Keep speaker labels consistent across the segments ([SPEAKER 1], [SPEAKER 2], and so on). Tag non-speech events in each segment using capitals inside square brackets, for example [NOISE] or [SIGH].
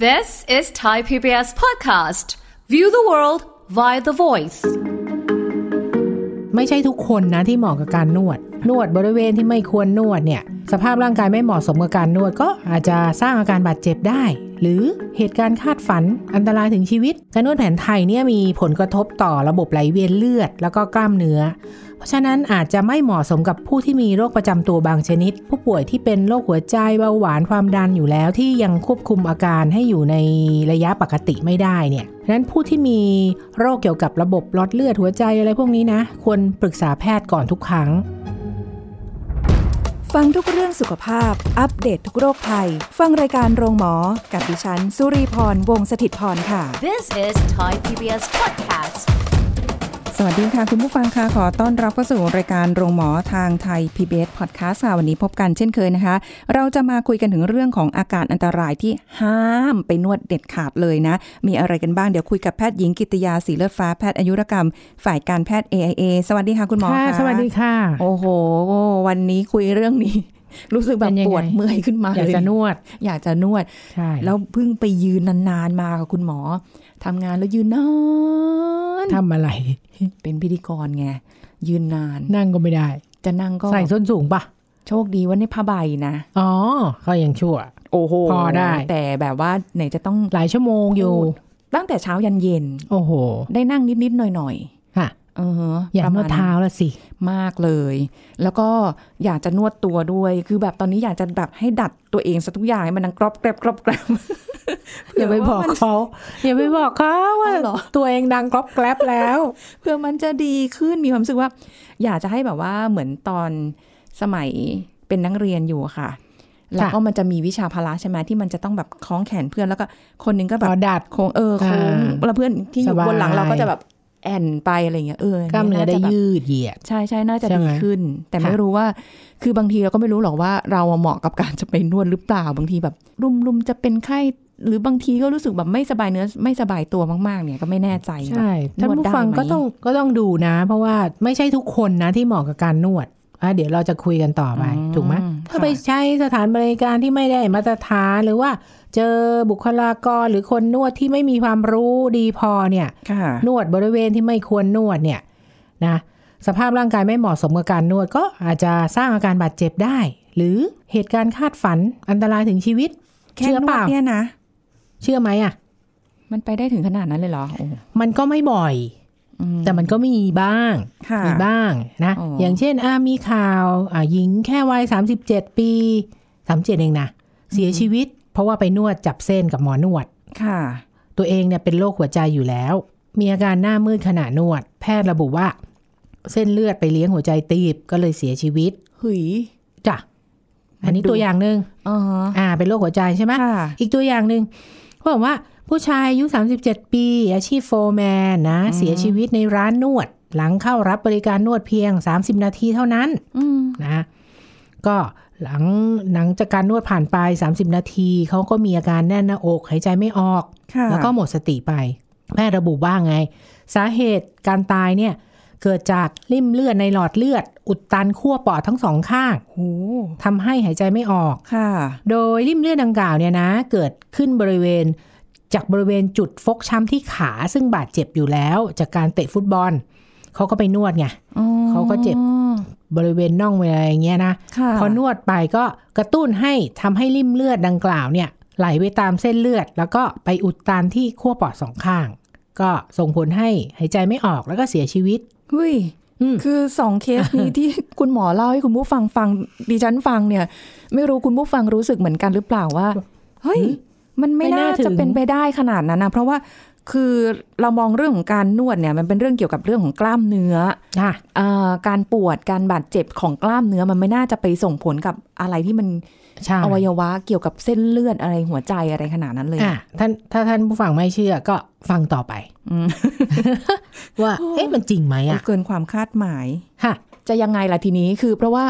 [SPEAKER 1] This is Thai PBS podcast. View the world via the voice.
[SPEAKER 2] ไม่ใช่ทุกคนนะที่เหมาะกับการนวด นวดบริเวณที่ไม่ควรนวดเนี่ย สภาพร่างกายไม่เหมาะสมกับการนวดก็อาจจะสร้างอาการบาดเจ็บได้ หรือเหตุการณ์คาดฝันอันตรายถึงชีวิต การนวดแผนไทยเนี่ยมีผลกระทบต่อระบบไหลเวียนเลือด แล้วก็กล้ามเนื้อ เพราะฉะนั้นอาจจะไม่เหมาะสมกับผู้ที่มีโรคประจำตัวบางชนิด ผู้ป่วยที่เป็นโรคหัวใจเบาหวานความดันอยู่แล้วที่ยังควบคุมอาการให้อยู่ในระยะปกติไม่ได้เนี่ยดังนั้นผู้ที่มีโรคเกี่ยวกับระบบหลอดเลือดหัวใจอะไรพวกนี้นะ ควรปรึกษาแพทย์ก่อนทุกครั้ง
[SPEAKER 3] ฟังทุกเรื่องสุขภาพ อัปเดตททุกโรคภัย ฟังรายการโรงหมอ กับดิฉัน สุรีพร วงศิตพรค่ะ
[SPEAKER 1] This is Thai PBS podcast.
[SPEAKER 3] สวัสดีค่ะ คุณผู้ฟังค่ะขอต้อนรับเข้าสู่รายการโรงหมอทางไทย PBS Podcast ค่ะวันนี้พบกันเช่นเคยนะคะ เราจะมาคุยกันถึงเรื่องของอาการอันตรายที่ห้ามไปนวดเด็ดขาดเลยนะ มีอะไรกันบ้างเดี๋ยวคุยกับแพทย์หญิงกิติยาสีเลือดฟ้าแพทย์อายุรกรรม ฝ่ายการแพทย์ AIA สวัสดีค่ะคุณหมอ
[SPEAKER 2] ค่ะ
[SPEAKER 3] ค่ะ
[SPEAKER 2] สวัสดีค่ะ
[SPEAKER 3] โอ้โห วันนี้คุยเรื่องนี้ รู้สึกแบ
[SPEAKER 2] เป็
[SPEAKER 3] บ
[SPEAKER 2] นยังไง
[SPEAKER 3] ปวดเมื่อยขึ้นมา
[SPEAKER 2] อยาก
[SPEAKER 3] เลย
[SPEAKER 2] จะนวด
[SPEAKER 3] อยากจะนวด
[SPEAKER 2] ใช่
[SPEAKER 3] แล้วเพิ่งไปยืนนานๆมาค่ะคุณหมอทำงานแล้วยืนนาน
[SPEAKER 2] ทำอะไร
[SPEAKER 3] เป็นพิธีกรไง ยืนนาน
[SPEAKER 2] นั่งก็ไม่ได้
[SPEAKER 3] จะนั่งก็
[SPEAKER 2] ใส่ส้นสูงปะ
[SPEAKER 3] โชคดีว่าในผ้าใบนะ
[SPEAKER 2] อ๋อก็ยังชั่ว
[SPEAKER 3] โอ้โห
[SPEAKER 2] พอได้
[SPEAKER 3] แต่แบบว่าไหนจะต้อง
[SPEAKER 2] หลายชั่วโมงอยู่
[SPEAKER 3] ตั้งแต่เช้ายันเย็น
[SPEAKER 2] โอ้โห
[SPEAKER 3] ได้นั่งนิดๆหน่อย
[SPEAKER 2] ค่ะ
[SPEAKER 3] ๆเออฮะ
[SPEAKER 2] อย่า
[SPEAKER 3] ประ
[SPEAKER 2] น
[SPEAKER 3] ม
[SPEAKER 2] ว
[SPEAKER 3] ณ
[SPEAKER 2] ด
[SPEAKER 3] นั้น
[SPEAKER 2] เท้าละสิ
[SPEAKER 3] มากเลย แล้วก็อยากจะนวดตัวด้วย คือแบบตอนนี้อยากจะแบบให้ดัดตัวเองซะทุกอย่างให้มันดังกรอบแกรบกรอบแกรบ
[SPEAKER 2] อย่าไปบอกเขาอย่าไปบอกเขาว่า
[SPEAKER 3] เอาเหรอ
[SPEAKER 2] ตัวเองดังกรอบแกลบแล้ว
[SPEAKER 3] เพื่อมันจะดีขึ้นมีความรู้สึกว่า อยากจะให้แบบว่าเหมือนตอนสมัยเป็นนักเรียนอยู่อะค่ะ แล้วก็มันจะมีวิชาพละใช่ไหมที่มันจะต้องแบบคล้องแขนเพื่อนแล้วก็คนหนึงก็แบ
[SPEAKER 2] พ
[SPEAKER 3] บ
[SPEAKER 2] อดัด
[SPEAKER 3] โค้งเออโค้ง
[SPEAKER 2] อ่า
[SPEAKER 3] แล้วเพื่อนที่อยู่
[SPEAKER 2] สบาย
[SPEAKER 3] บนหลังเราก็จะแบบแอนไปอะไรอย่างเงี้ยเออก
[SPEAKER 2] ล้ามเนื้อได้
[SPEAKER 3] จะแบบ
[SPEAKER 2] ยืดเหยียด
[SPEAKER 3] ใช่ใช่น่าจะ
[SPEAKER 2] ใช่
[SPEAKER 3] ดี
[SPEAKER 2] ไหม
[SPEAKER 3] ขึ้น แต่ไม่
[SPEAKER 2] ค่ะ
[SPEAKER 3] รู้ว่าคือบางทีเราก็ไม่รู้หรอกว่าเราอะเหมาะกับการจะไปนวดหรือเปล่าบางทีแบบ รุมรุมจะเป็นไข้หรือบางทีก็รู้สึกแบบไม่สบายเนื้อไม่สบายตัวมากๆ เนี่ยก็ไม่แน่ใจแบบ
[SPEAKER 2] ใช่ท่านผู้ฟัง
[SPEAKER 3] นวดได้ไหม
[SPEAKER 2] ก็ต้องก็ต้องดูนะ เพราะว่าไม่ใช่ทุกคนนะที่เหมาะกับการนวดอ่ะเดี๋ยวเราจะคุยกันต่อไป ถูกไหมถ้าไปใช้สถานบริการที่ไม่ได้มาตรฐานหรือว่า เจอบุคลากรหรือคนนวดที่ไม่มีความรู้ดีพอเนี่ย
[SPEAKER 3] ค่ะ
[SPEAKER 2] นวดบริเวณที่ไม่ควรนวดเนี่ยนะสภาพร่างกายไม่เหมาะสมกับการนวดก็อาจจะสร้างอาการบาดเจ็บได้ หรือเหตุการณ์คาดฝันอันตรายถึงชีวิต
[SPEAKER 3] แค่
[SPEAKER 2] เชื่อน เป
[SPEAKER 3] วด
[SPEAKER 2] ล่า
[SPEAKER 3] เนี่ยนะ
[SPEAKER 2] เชื่อไหมอ่ะ
[SPEAKER 3] มันไปได้ถึงขนาดนั้นเลยเหรอโอ้
[SPEAKER 2] มันก็ไม่บ่อย
[SPEAKER 3] อืม
[SPEAKER 2] แต่มันก็มีบ้าง
[SPEAKER 3] ค่ะ
[SPEAKER 2] มีบ้างนะ
[SPEAKER 3] อ๋อ
[SPEAKER 2] อ
[SPEAKER 3] อ
[SPEAKER 2] ย่างเช่นอ่ามีข่าวอ่าหญิงแค่วัย37 ปี 37 เองนะเสียชีวิต เพราะว่าไปนวดจับเส้นกับหมอนวด
[SPEAKER 3] ค่ะ
[SPEAKER 2] ตัวเองเนี่ยเป็นโรคหัวใจอยู่แล้ว มีอาการหน้ามืดขณะนวด แพทย์ระบุว่า เส้นเลือดไปเลี้ยงหัวใจตีบก็เลยเสียชีวิต
[SPEAKER 3] หุย
[SPEAKER 2] จ้ะอันนี้
[SPEAKER 3] มันดู
[SPEAKER 2] ตัวอย่างหนึ่ง
[SPEAKER 3] อ๋อฮะ
[SPEAKER 2] อ่า เป็นโรคหัวใจใช่ไหม
[SPEAKER 3] ค่ะ
[SPEAKER 2] อีกตัวอย่างหนึ่งเขาบอกว่า ผู้ชายอายุ 37 ปี อาชีพโฟร์แมนนะ เสียชีวิตในร้านนวด หลังเข้ารับบริการนวดเพียง 30 นาทีเท่านั้น
[SPEAKER 3] อืม
[SPEAKER 2] นะก็หลังหลังจากการนวดผ่านไป 30 นาที เขาก็มีอาการแน่นหน้าอกหายใจไม่ออก
[SPEAKER 3] ค่ะ
[SPEAKER 2] แล้วก็หมดสติไป แพทย์ระบุว่าไง สาเหตุการตายเนี่ย เกิดจากริ่มเลือดในหลอดเลือด อุดตันขั้วปอดทั้งสองข้าง
[SPEAKER 3] โอ้
[SPEAKER 2] ทำให้หายใจไม่ออก
[SPEAKER 3] ค่ะ
[SPEAKER 2] โดยริ่มเลือดดังกล่าวเนี่ยนะ เกิดขึ้นบริเวณ จากบริเวณจุดฟกช้ำที่ขาซึ่งบาดเจ็บอยู่แล้ว จากการเตะฟุตบอลเขาก็ไปนวดไง
[SPEAKER 3] อ๋อ
[SPEAKER 2] เขาก็เจ็บ บริเวณน่องอะไรอย่างเงี้ยนะ
[SPEAKER 3] ค่ะ
[SPEAKER 2] พอนวดไปก็กระตุ้นให้ทำให้ริ่มเลือดดังกล่าวเนี่ย ไหลไปตามเส้นเลือด แล้วก็ไปอุดตันที่ขั้วปอดสองข้าง ก็ส่งผลให้หายใจไม่ออกแล้วก็เสียชีวิต
[SPEAKER 3] หุย
[SPEAKER 2] อืม
[SPEAKER 3] คือสองเคส [LAUGHS] นี้ ที่คุณหมอเล่าให้คุณผู้ฟังฟังดิฉันฟังเนี่ย ไม่รู้คุณผู้ฟังรู้สึกเหมือนกันหรือเปล่าว่า เฮ้ย มันไม่
[SPEAKER 2] ไม่
[SPEAKER 3] น่า
[SPEAKER 2] น่าถึ
[SPEAKER 3] จะ
[SPEAKER 2] ง
[SPEAKER 3] เป็นไปได้ขนาดนั้นนะเพราะว่าคือเรามองเรื่องของการนวดเนี่ย มันเป็นเรื่องเกี่ยวกับเรื่องของกล้ามเนื้อ
[SPEAKER 2] อ่ะ
[SPEAKER 3] เออการปวดการบาดเจ็บของกล้ามเนื้อมันไม่น่าจะไปส่งผลกับอะไรที่มัน
[SPEAKER 2] ใช่
[SPEAKER 3] อวัยวะเกี่ยวกับเส้นเลือดอะไรหัวใจอะไรขนาดนั้นเลย
[SPEAKER 2] อ่ะท่านถ้าท่านผู้ฟังไม่เชื่อก็ฟังต่อไป
[SPEAKER 3] อืม
[SPEAKER 2] [LAUGHS] ว่า เอ๊ะมันจริงไหมอ่ะ
[SPEAKER 3] เกินความคาดหมาย
[SPEAKER 2] ค่ะ
[SPEAKER 3] จะยังไงล่ะทีนี้คือ เพราะว่า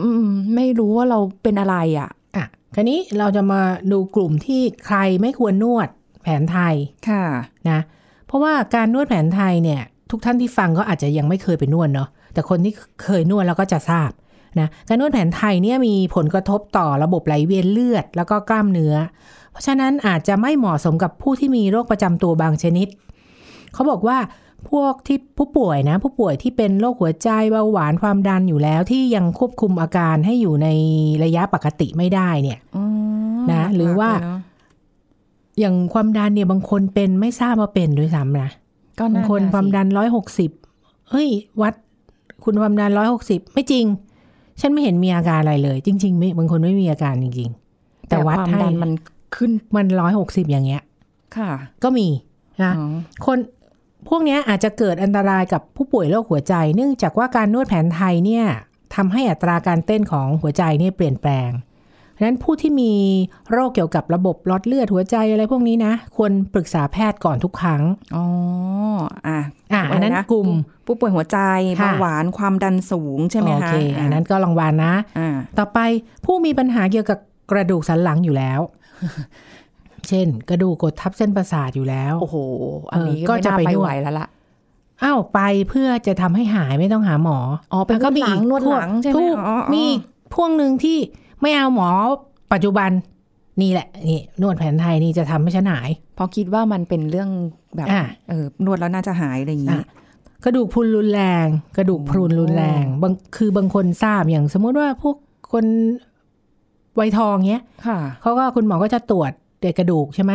[SPEAKER 3] อืม ไม่รู้ว่าเราเป็นอะไรอ่ะ
[SPEAKER 2] อ่ะคราวนี้เราจะมาดูกลุ่มที่ใครไม่ควรนวดแผนไทย
[SPEAKER 3] ค่ะ
[SPEAKER 2] นะ เพราะว่าการนวดแผนไทยเนี่ย ทุกท่านที่ฟังก็อาจจะยังไม่เคยไปนวดเนาะแต่คนที่เคยนวดแล้วก็จะทราบนะการนวดแผนไทยเนี่ยมีผลกระทบต่อระบบไหลเวียนเลือด แล้วก็กล้ามเนื้อ เพราะฉะนั้นอาจจะไม่เหมาะสมกับผู้ที่มีโรคประจำตัวบางชนิด เขาบอกว่าพวกที่ผู้ป่วยนะ ผู้ป่วยที่เป็นโรคหัวใจเบาหวานความดันอยู่แล้วที่ยังควบคุมอาการให้อยู่ในระยะปกติไม่ได้เนี่ย
[SPEAKER 3] อืม
[SPEAKER 2] นะหรือว่า
[SPEAKER 3] ลักๆเลยเนอะ
[SPEAKER 2] อย่างความดันเนี่ยบางคนเป็นไม่ทราบว่าเป็นด้วยซ้ำนะ
[SPEAKER 3] ก็
[SPEAKER 2] บางคนความดันร้อยหกสิบเฮ้ย วัด คุณความดันร้อยหกสิบไม่จริง ฉันไม่เห็นมีอาการอะไรเลย จริง ๆ ไม่บางคนไม่มีอาการจริง ๆ แต่
[SPEAKER 3] แต่
[SPEAKER 2] วั
[SPEAKER 3] วั
[SPEAKER 2] ด
[SPEAKER 3] ดความ
[SPEAKER 2] ให้
[SPEAKER 3] ดันมันขึ้น
[SPEAKER 2] มันร้อยหกสิบอย่างเงี้ย
[SPEAKER 3] ค่ะ
[SPEAKER 2] ก็มีนะ
[SPEAKER 3] อ๋อ
[SPEAKER 2] คนพวกเนี้ยอาจจะเกิดอันตรายกับผู้ป่วยโรคหัวใจ เนื่องจากว่าการนวดแผนไทยเนี่ยทำให้อัตราการเต้นของหัวใจเนี่ยเปลี่ยนแปลงดังนั้นผู้ที่มีโรคเกี่ยวกับระบบหลอดเลือดหัวใจอะไรพวกนี้นะ ควรปรึกษาแพทย์ก่อนทุกครั้ง
[SPEAKER 3] อ๋ออ่ะ
[SPEAKER 2] อ่ะอันนั้นะ
[SPEAKER 3] ไร
[SPEAKER 2] กลุ่ม
[SPEAKER 3] ผู้ป่วยหัวใจ
[SPEAKER 2] ค่ะ
[SPEAKER 3] เบาหวานความดันสูงใช่ไหม
[SPEAKER 2] โอ
[SPEAKER 3] คะ
[SPEAKER 2] เค อันนั้นก็รางวัลนะ
[SPEAKER 3] อ่า
[SPEAKER 2] ต่อไปผู้มีปัญหาเกี่ยวกับกระดูกสันหลังอยู่แล้ว
[SPEAKER 3] [LAUGHS]
[SPEAKER 2] เช่น กระดูกกดทับเส้นประสาทอยู่แล้ว
[SPEAKER 3] โอ้โห อันนี้
[SPEAKER 2] เออก็
[SPEAKER 3] ก็จะ
[SPEAKER 2] จะ
[SPEAKER 3] ไป
[SPEAKER 2] ไปนวด
[SPEAKER 3] ไหวแล้วล่ะ
[SPEAKER 2] อ้าวไปเพื่อจะทำให้หายไม่ต้องหาหมอ
[SPEAKER 3] อ๋อเป็น
[SPEAKER 2] แล้วก็มี
[SPEAKER 3] นวดหลังนวดหลังใช่ไหม
[SPEAKER 2] ถูก
[SPEAKER 3] อ๋ออ๋อ
[SPEAKER 2] มีอีกพวกหนึ่งที่ไม่เอาหมอปัจจุบันนี่แหละนี่นวดแผนไทยนี่จะทำให้ฉันหาย
[SPEAKER 3] เพราะคิดว่ามันเป็นเรื่องแบบ
[SPEAKER 2] อ่ะ
[SPEAKER 3] เออนวดแล้วน่าจะหายอะไรอย่างนี้
[SPEAKER 2] อ่ะกระดูกพรุนรุนแรง กระดูกพรุนรุนแรงบางคือบางคนทราบอย่างสมมุติว่าพวกคนวัยทองเนี้ย
[SPEAKER 3] ค่ะ
[SPEAKER 2] เขาก็คุณหมอก็จะตรวจเด็กกระดูกใช่ไหม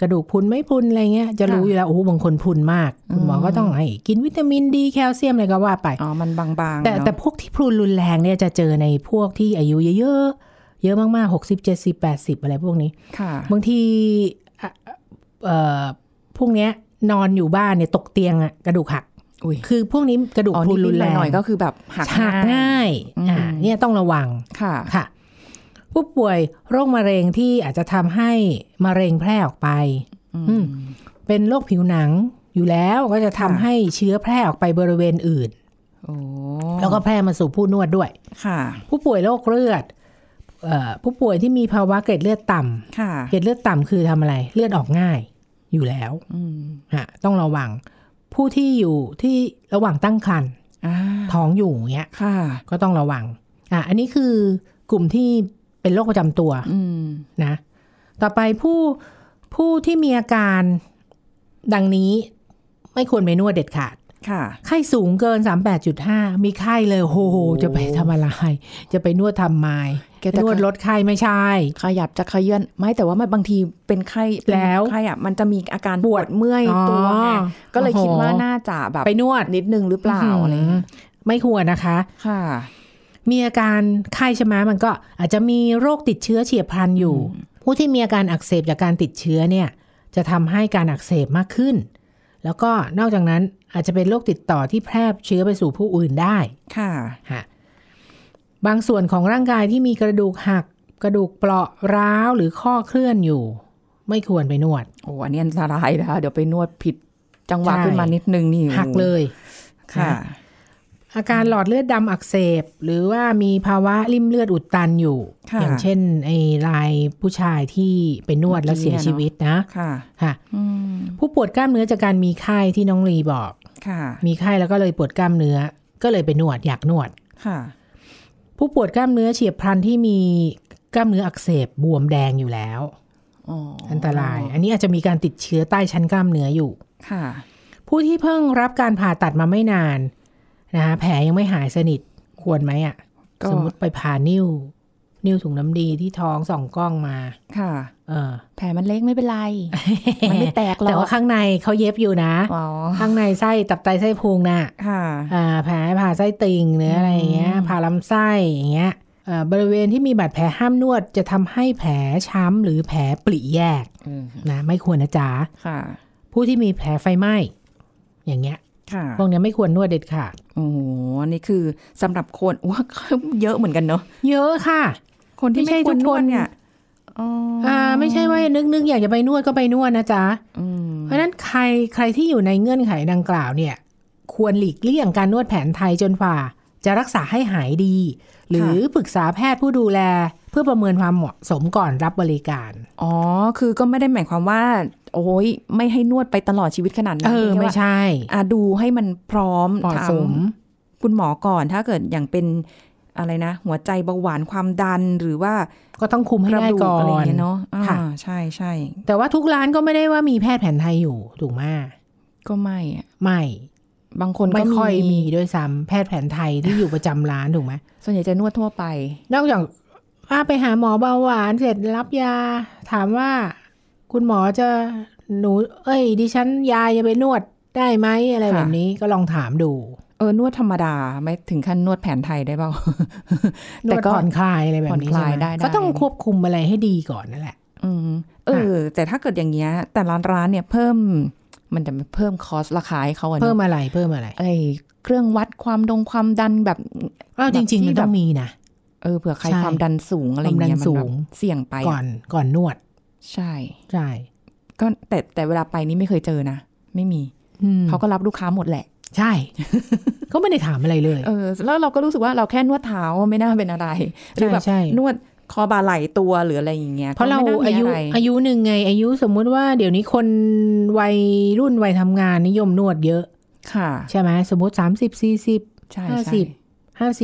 [SPEAKER 2] กระดูกพรุนไม่พรุนอะไรเงี้ย จะ
[SPEAKER 3] ค่ะ
[SPEAKER 2] รู้อยู่แล้วโอ้โหบางคนพรุนมาก คุณหมออ
[SPEAKER 3] ม
[SPEAKER 2] ก็ต้องให้กินวิตามินดีแคลเซียมอะไรก็ว่าไป
[SPEAKER 3] อ๋อ มันบางๆ
[SPEAKER 2] แต่
[SPEAKER 3] เนอะ
[SPEAKER 2] แต่พวกที่พรุนรุนแรงเนี่ยจะเจอในพวกที่อายุเยอะๆ เยอะมากๆหกสิบเจ็ดสิบแปดสิบอะไรพวกนี้
[SPEAKER 3] ค่ะ
[SPEAKER 2] บางทีอ่ะเอ่อพวกเนี้ยนอนอยู่บ้านเนี่ยตกเตียงอะกระดูกหัก
[SPEAKER 3] อุ้ย
[SPEAKER 2] คือพวกนี้กระดูก
[SPEAKER 3] อ๋อ
[SPEAKER 2] พรุ
[SPEAKER 3] นิ
[SPEAKER 2] น
[SPEAKER 3] ด
[SPEAKER 2] รุน
[SPEAKER 3] ๆห
[SPEAKER 2] แรง
[SPEAKER 3] น่อยๆก็คือแบบหัก
[SPEAKER 2] หัก
[SPEAKER 3] ย
[SPEAKER 2] ง่ายอ่า
[SPEAKER 3] อืม
[SPEAKER 2] เนี่ยต้องระวัง
[SPEAKER 3] ค่ะ
[SPEAKER 2] ค่ะผู้ป่วยโรคมะเร็งที่อาจจะทำให้มะเร็งแพร่ออกไป อืม เป็นโรคผิวหนังอยู่แล้วก็จะทำ
[SPEAKER 3] ค่ะ
[SPEAKER 2] ให้เชื้อแพร่ออกไปบริเวณอื่น
[SPEAKER 3] โอ้
[SPEAKER 2] แล้วก็แพร่มาสู่ผู้นวดด้วย
[SPEAKER 3] ค่ะ
[SPEAKER 2] ผู้ป่วยโรคเลือดเอ่อผู้ป่วยที่มีภาวะเกล็ดเลือดต่ำ
[SPEAKER 3] ค่ะ
[SPEAKER 2] เกล็ดเลือดต่ำคือทำอะไร เลือดออกง่ายอยู่แล้ว
[SPEAKER 3] อืม
[SPEAKER 2] ฮะต้องระวัง ผู้ที่อยู่ที่ระหว่างตั้งครรภ์
[SPEAKER 3] อ่า
[SPEAKER 2] ท้องอยู่เงี้ย
[SPEAKER 3] ค่ะ
[SPEAKER 2] ก็ต้องระวังอ่ะอันนี้คือกลุ่มที่เป็นโรคประจำตัว
[SPEAKER 3] อืม
[SPEAKER 2] นะต่อไปผู้ผู้ที่มีอาการดังนี้ไม่ควรไปนวดเด็ดขาด
[SPEAKER 3] ค่ะ
[SPEAKER 2] ไข้สูงเกิน 38.5 มีไข้เลยโอ้โห จะไปทำอะไร จะไปนวดทำไม
[SPEAKER 3] แกจะ
[SPEAKER 2] นวดลดไข้ไม่ใช่
[SPEAKER 3] ขยับจะขยื่นไม่แต่ว่ามันบางทีเป็นไข้เป็น
[SPEAKER 2] แล้ว
[SPEAKER 3] ไข้อ่ะมันจะมีอาการ
[SPEAKER 2] ป
[SPEAKER 3] ป
[SPEAKER 2] ว
[SPEAKER 3] ว
[SPEAKER 2] ด
[SPEAKER 3] ดเมื่อย
[SPEAKER 2] อ๋อ
[SPEAKER 3] ตัวไงก็เลย
[SPEAKER 2] โอ้โห
[SPEAKER 3] คิดว่าน่าจะแบบ
[SPEAKER 2] ไปนวด
[SPEAKER 3] นิดนึงหรือเปล่าอะไร
[SPEAKER 2] หื
[SPEAKER 3] เงี้ย
[SPEAKER 2] ไม่ควรนะคะ
[SPEAKER 3] ค่ะ
[SPEAKER 2] มีอาการไข้ใช่ไหมมันก็อาจจะมีโรคติดเชื้อเฉียบพลันอยู่ ผู้ที่มีอาการอักเสบจากการติดเชื้อเนี่ย จะทำให้การอักเสบมากขึ้น แล้วก็นอกจากนั้นอาจจะเป็นโรคติดต่อที่แพร่เชื้อไปสู่ผู้อื่นได้
[SPEAKER 3] ค่ะ
[SPEAKER 2] ฮะบางส่วนของร่างกายที่มีกระดูกหัก กระดูกเปราะร้าวหรือข้อเคลื่อนอยู่ ไม่ควรไปนวด
[SPEAKER 3] โอ้อันนี้อันตรายนะคะเดี๋ยวไปนวดผิดจังหวะ
[SPEAKER 2] ใช่
[SPEAKER 3] ขึ้นมานิดนึงนี่
[SPEAKER 2] หักเลย
[SPEAKER 3] ค่ะ
[SPEAKER 2] อาการหลอดเลือดดำอักเสบ หรือว่ามีภาวะริ่มเลือดอุดตันอยู่
[SPEAKER 3] ค่ะ
[SPEAKER 2] อย่างเช่นไอ้รายผู้ชายที่ไปนวดแล้ว
[SPEAKER 3] เมื่อกี้
[SPEAKER 2] เสีย
[SPEAKER 3] อะเนอะ
[SPEAKER 2] ชีวิตนะ
[SPEAKER 3] ค่ะ
[SPEAKER 2] ค่ะ
[SPEAKER 3] อืม
[SPEAKER 2] ผู้ปวดกล้ามเนื้อจากการมีไข้ที่น้องลีบอก
[SPEAKER 3] ค่ะ
[SPEAKER 2] มีไข้แล้วก็เลยปวดกล้ามเนื้อ ก็เลยไปนวดอยากนวด
[SPEAKER 3] ค่ะ
[SPEAKER 2] ผู้ปวดกล้ามเนื้อเฉียบพลันที่มีกล้ามเนื้ออักเสบบวมแดงอยู่แล้ว
[SPEAKER 3] อ๋ออ
[SPEAKER 2] อันตราย อันนี้อาจจะมีการติดเชื้อใต้ชั้นกล้ามเนื้ออยู่
[SPEAKER 3] ค่ะ
[SPEAKER 2] ผู้ที่เพิ่งรับการผ่าตัดมาไม่นานนะคะแผลยังไม่หายสนิทควรไหมอ่ะ
[SPEAKER 3] ก็
[SPEAKER 2] สมมติไปผ่านิ้ว นิ้วถุงน้ำดีที่ท้องส่องกล้องมา
[SPEAKER 3] ค่ะ
[SPEAKER 2] เออ
[SPEAKER 3] แผลมันเล็ก
[SPEAKER 2] [LAUGHS]
[SPEAKER 3] ไม่เป็นไร มันไม่แตกหร
[SPEAKER 2] แต่
[SPEAKER 3] อก
[SPEAKER 2] ว่าข้างในเขาเย็บอยู่นะ
[SPEAKER 3] อ๋อ
[SPEAKER 2] ข้างในไส้ตับไตไส้พุงน่ะ
[SPEAKER 3] ค่ะ
[SPEAKER 2] อ่าแผลผ่าไส้ติ่งหรืออะไรอย่างเงี้ย ผ่าลำไส้อย่างเงี้ยเอ่อบริเวณที่มีบาดแผลห้ามนวดจะทำให้แผลช้ำหรือแผลปริแยก
[SPEAKER 3] อืม
[SPEAKER 2] นะไม่ควรนะจ๊ะ
[SPEAKER 3] ค่ะ
[SPEAKER 2] ผู้ที่มีแผลไฟไหม้อย่างเงี้ย
[SPEAKER 3] ค่ะ
[SPEAKER 2] พวกเนี้ยไม่ควรนวดเด็ดขาด
[SPEAKER 3] โอ้โหอันนี่คือสำหรับคน [LAUGHS] ว่า เยอะเหมือนกันเนอะ
[SPEAKER 2] เยอะค่ะ
[SPEAKER 3] คนที่
[SPEAKER 2] ไม่ใช่
[SPEAKER 3] ไม่ควร
[SPEAKER 2] ทุก
[SPEAKER 3] น
[SPEAKER 2] คน
[SPEAKER 3] วดเนี่ยอ๋ออ
[SPEAKER 2] อ่าไม่ใช่ว่านึกนึกอยากจะไปนวดก็ไปนวดนะจ๊ะ
[SPEAKER 3] อืม
[SPEAKER 2] เพราะฉะนั้นใครใครที่อยู่ในเงื่อนไขดังกล่าวเนี่ย ควรหลีกเลี่ยงการนวดแผนไทยจนฝ่า จะรักษาให้หายดี หรือปรึกษาแพทย์ผู้ดูแล เพื่อประเมินความเหมาะสมก่อนรับบริการ
[SPEAKER 3] อ๋อ คือก็ไม่ได้หมายความว่า โอ้ยไม่ให้นวดไปตลอดชีวิตขนาดนั้
[SPEAKER 2] เอน อ
[SPEAKER 3] พียงแค่
[SPEAKER 2] ไม่
[SPEAKER 3] ว่า
[SPEAKER 2] ใช่
[SPEAKER 3] อ่ะดูให้มันพร้อม
[SPEAKER 2] เหมาะ
[SPEAKER 3] ถา
[SPEAKER 2] สม
[SPEAKER 3] คุณหมอก่อนถ้าเกิดอย่างเป็น อะไรนะ หัวใจเบาหวานความดันหรือว่า
[SPEAKER 2] ก็ต้องคุมให้
[SPEAKER 3] กระ
[SPEAKER 2] ได้
[SPEAKER 3] ดูก
[SPEAKER 2] ก่อ
[SPEAKER 3] อะไรอย่าง
[SPEAKER 2] น
[SPEAKER 3] เงี้ยเนาะอ่า
[SPEAKER 2] ค่ะ
[SPEAKER 3] ใช่ใช่
[SPEAKER 2] แต่ว่าทุกร้านก็ไม่ได้ว่ามีแพทย์แผนไทยอยู่ถูกไหม
[SPEAKER 3] ก็ไม่อะ
[SPEAKER 2] ไม่
[SPEAKER 3] บางคนก็
[SPEAKER 2] ไม่ค่อยมี
[SPEAKER 3] มี
[SPEAKER 2] ด้วยซ้ำแพทย์แผนไทยที่อยู่ประจำร้านถูกไหม
[SPEAKER 3] ส่วนใหญ่จะนวดทั่วไป
[SPEAKER 2] นอกจากว่าไปหาหมอเบาหวานเสร็จรับยา ถามว่า คุณหมอจะหนู เอ้ย ดิฉันยายจะไปนวดได้ไหมอะไร
[SPEAKER 3] ค่ะ
[SPEAKER 2] แบบนี้ก็ลองถามดู
[SPEAKER 3] เออนวดธรรมดาไม่ถึงขั้นนวดแผนไทยได้เปล่า
[SPEAKER 2] นวดผ่อนคลายอะไรแบบนี้
[SPEAKER 3] ผ่อนค
[SPEAKER 2] ใช่
[SPEAKER 3] ลาย
[SPEAKER 2] ไหม
[SPEAKER 3] ได้ได้
[SPEAKER 2] ก็ต้องควบคุมอะไรให้ดีก่อนนั่นแหละ
[SPEAKER 3] อืมเออ แต่ถ้าเกิดอย่างเงี้ย แต่ร้านร้านเนี่ยเพิ่ม มันจะเพิ่มคอสราคาให้เขาอะเน
[SPEAKER 2] เพิ่ม
[SPEAKER 3] อะ
[SPEAKER 2] อะไรเพิ่มอะไร
[SPEAKER 3] ไอ้เครื่องวัดความดงความดันแบบ
[SPEAKER 2] อ้าวจริงๆ
[SPEAKER 3] ที่
[SPEAKER 2] มัน
[SPEAKER 3] แบบ
[SPEAKER 2] ต้องมีนะ
[SPEAKER 3] เออเผื่อใคร
[SPEAKER 2] ใช่
[SPEAKER 3] ความดันสูงอะไรอย่างเงี้
[SPEAKER 2] ค
[SPEAKER 3] ย
[SPEAKER 2] วามดัน
[SPEAKER 3] มัน
[SPEAKER 2] สู
[SPEAKER 3] แบบ
[SPEAKER 2] ง
[SPEAKER 3] เสี่ยงไป
[SPEAKER 2] ก่อ
[SPEAKER 3] อะ
[SPEAKER 2] นก่อนนวด
[SPEAKER 3] ใช่
[SPEAKER 2] ใช่
[SPEAKER 3] ก็แต่แต่เวลาไปนี่ไม่เคยเจอนะ ไม่มี
[SPEAKER 2] อืม
[SPEAKER 3] เขาก็รับลูกค้าหมดแหละ
[SPEAKER 2] ใช่
[SPEAKER 3] [LAUGHS]
[SPEAKER 2] ก็ไม่ได้ถามอะไรเลย
[SPEAKER 3] เออ แล้วเราก็รู้สึกว่าเราแค่นวดเท้าไม่น่าเป็นอะไรหรือแบบ
[SPEAKER 2] ใช่ใช่
[SPEAKER 3] นวดคอบ่าไหล่ตัวหรืออะไรอย่างเงี้ย
[SPEAKER 2] เพราะเรา
[SPEAKER 3] ก็ไม่
[SPEAKER 2] อา
[SPEAKER 3] น่
[SPEAKER 2] ยุ
[SPEAKER 3] มีะไร
[SPEAKER 2] อายุหนึ่งไง อายุสมมุติว่าเดี๋ยวนี้คนวัยรุ่นวัยทำงานนิยมนวดเยอะ
[SPEAKER 3] ค่ะ
[SPEAKER 2] ใช่ไหมสมมติ 30 40
[SPEAKER 3] ใช่
[SPEAKER 2] ห้า
[SPEAKER 3] ใช่
[SPEAKER 2] สิ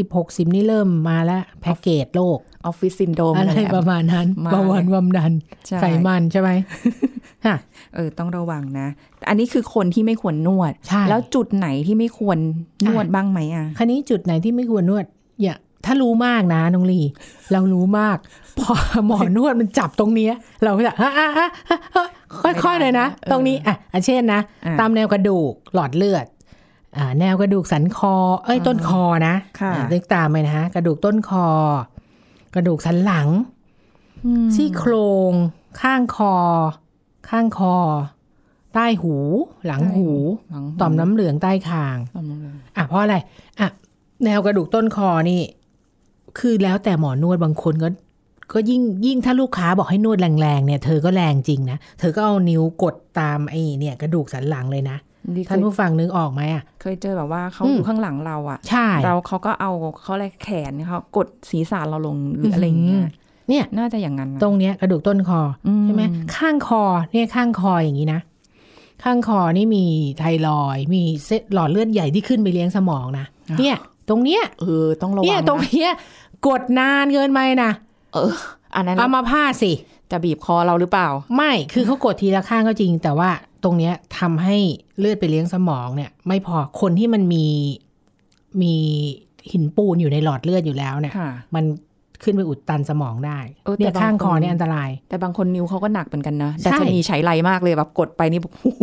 [SPEAKER 2] บ 50 60 นี่เริ่มมาแล้วแพ็กเกจโลก
[SPEAKER 3] ออฟฟิศซินโดม
[SPEAKER 2] อะไร
[SPEAKER 3] นั่นแหล
[SPEAKER 2] ประมาณนั้น
[SPEAKER 3] มา
[SPEAKER 2] เบาหวาน
[SPEAKER 3] เลย
[SPEAKER 2] ความดัน
[SPEAKER 3] ใช่
[SPEAKER 2] ไขมันใช่ไหม ฮะ
[SPEAKER 3] เออต้องระวังนะ อันนี้คือคนที่ไม่ควรนวด
[SPEAKER 2] ใช่
[SPEAKER 3] แล้วจุดไหนที่ไม่ควรนวด
[SPEAKER 2] อ่ะ
[SPEAKER 3] บ้างไหมอ่ะ
[SPEAKER 2] คันนี้จุดไหนที่ไม่ควรนวด อย่า ถ้ารู้มากนะน้องลี เรารู้มาก พอ [LAUGHS] หมอนวดมันจับตรงเนี้ย เราก็จะอ่ะอ่ะอ่ะอ่ะอ่ะค่อยๆเลยนะ
[SPEAKER 3] ไม่ได้นะเออ
[SPEAKER 2] ตรงนี้อ่ะอ่ะเช่นนะ
[SPEAKER 3] อ่ะ
[SPEAKER 2] ตามแนวกระดูกหลอดเลือดอ่าแนวกระดูกสันคอ เอ้ย
[SPEAKER 3] อ่า
[SPEAKER 2] ต้นคอนะ
[SPEAKER 3] ค่ะ
[SPEAKER 2] อ่นึกตามไปนะฮะกระดูกต้นคอ กระดูกสันหลัง ซี่โครง ข้างคอ ข้างคอ ใต้หู หลังหู
[SPEAKER 3] หลังหู
[SPEAKER 2] ต่อมน้ำเหลืองใต้คาง
[SPEAKER 3] ต่อมน้ำเหลือง
[SPEAKER 2] อ่ะเพราะอะไรอ่ะแนวกระดูกต้นคอนี่ คือแล้วแต่หมอนวดบางคนก็ ก็ยิ่งยิ่งถ้าลูกค้าบอกให้นวดแรงๆเนี่ยเธอก็แรงจริงนะ เธอก็เอานิ้วกดตามไอ้เนี่ย กระดูกสันหลังเลยนะ
[SPEAKER 3] นี่เค
[SPEAKER 2] ท่าน
[SPEAKER 3] ย
[SPEAKER 2] ผู้ฟังนึกออกไหมอ่ะ
[SPEAKER 3] เคยเจอแบบว่าเขา
[SPEAKER 2] อืม
[SPEAKER 3] อยู่ข้างหลังเราอ่ะ
[SPEAKER 2] ใช่
[SPEAKER 3] เราเขาก็เอาเขาอะไรแขนเขากดศีรษะเราลงห
[SPEAKER 2] อ
[SPEAKER 3] รือ
[SPEAKER 2] หืออ
[SPEAKER 3] อะไรอย่างเงี้ย
[SPEAKER 2] เนี่ย
[SPEAKER 3] น่าจะอย่างนั้นนะ
[SPEAKER 2] ตรงเนี้ยกระดูกต้นคอ
[SPEAKER 3] อื
[SPEAKER 2] ใช่ไหมข้างคอเนี่ยข้างคออย่างนี้นะ ข้างคอนี่มีไทรอยด์มีเส้นหลอดเลือดใหญ่ที่ขึ้นไปเลี้ยงสมองนะเนี่ย ตรงเนี้ย
[SPEAKER 3] เออต้องระวัง
[SPEAKER 2] เนี่ยตรง
[SPEAKER 3] นะ
[SPEAKER 2] เนี้ยกดนานเกินไปนะ
[SPEAKER 3] เออ อันนั้น
[SPEAKER 2] เอามาผ้าสิ
[SPEAKER 3] จะบีบคอเราหรือเปล่า
[SPEAKER 2] ไม่ คือเขากดทีละข้างก็จริง แต่ว่าตรงเนี้ยทำให้เลือดไปเลี้ยงสมองเนี่ย ไม่พอ คนที่มันมีมีหินปูนอยู่ในหลอดเลือดอยู่แล้วเนี่ย
[SPEAKER 3] ค่ะ
[SPEAKER 2] มันขึ้นไปอุดตันสมองได้
[SPEAKER 3] เออแต่
[SPEAKER 2] เนี่ย
[SPEAKER 3] บาง
[SPEAKER 2] ข้างคอ
[SPEAKER 3] คน
[SPEAKER 2] เนี่ยอันตราย
[SPEAKER 3] แต่บางคนนิ้วเขาก็หนักเหมือนกันนะ
[SPEAKER 2] ใช่
[SPEAKER 3] ดัชนีใช้ไรมากเลยแบบกดไปนี่ [LAUGHS] แบบโอ้โห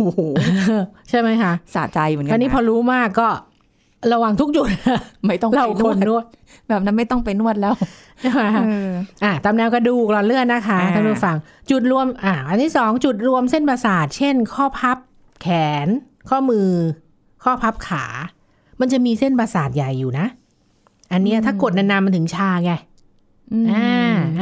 [SPEAKER 2] ใช่ไหมคะ
[SPEAKER 3] สะใจเหมือน
[SPEAKER 2] ค
[SPEAKER 3] กั
[SPEAKER 2] ราน วนี้พอ
[SPEAKER 3] นะ
[SPEAKER 2] รู้มากก็ระวังทุกจุด
[SPEAKER 3] ไม่ต้อง
[SPEAKER 2] [LAUGHS] เรา
[SPEAKER 3] ไป
[SPEAKER 2] คน
[SPEAKER 3] น
[SPEAKER 2] นว
[SPEAKER 3] วด
[SPEAKER 2] ด
[SPEAKER 3] แบบนั้นไม่ต้องไปนวดแล้ว
[SPEAKER 2] ใช่ไหมคะอ่ะตามแนวกระดูกหลอดเลือดนะคะ
[SPEAKER 3] อ่า
[SPEAKER 2] ท่านผู้ฟัง จุดรวม อ่ะอันที่สองจุดรวมเส้นประสาท เช่น ข้อพับ แขน ข้อมือ ข้อพับขา มันจะมีเส้นประสาทใหญ่อยู่นะ อันเนี้ยถ้ากดนานๆมันถึงชาไง
[SPEAKER 3] อืม
[SPEAKER 2] อ่า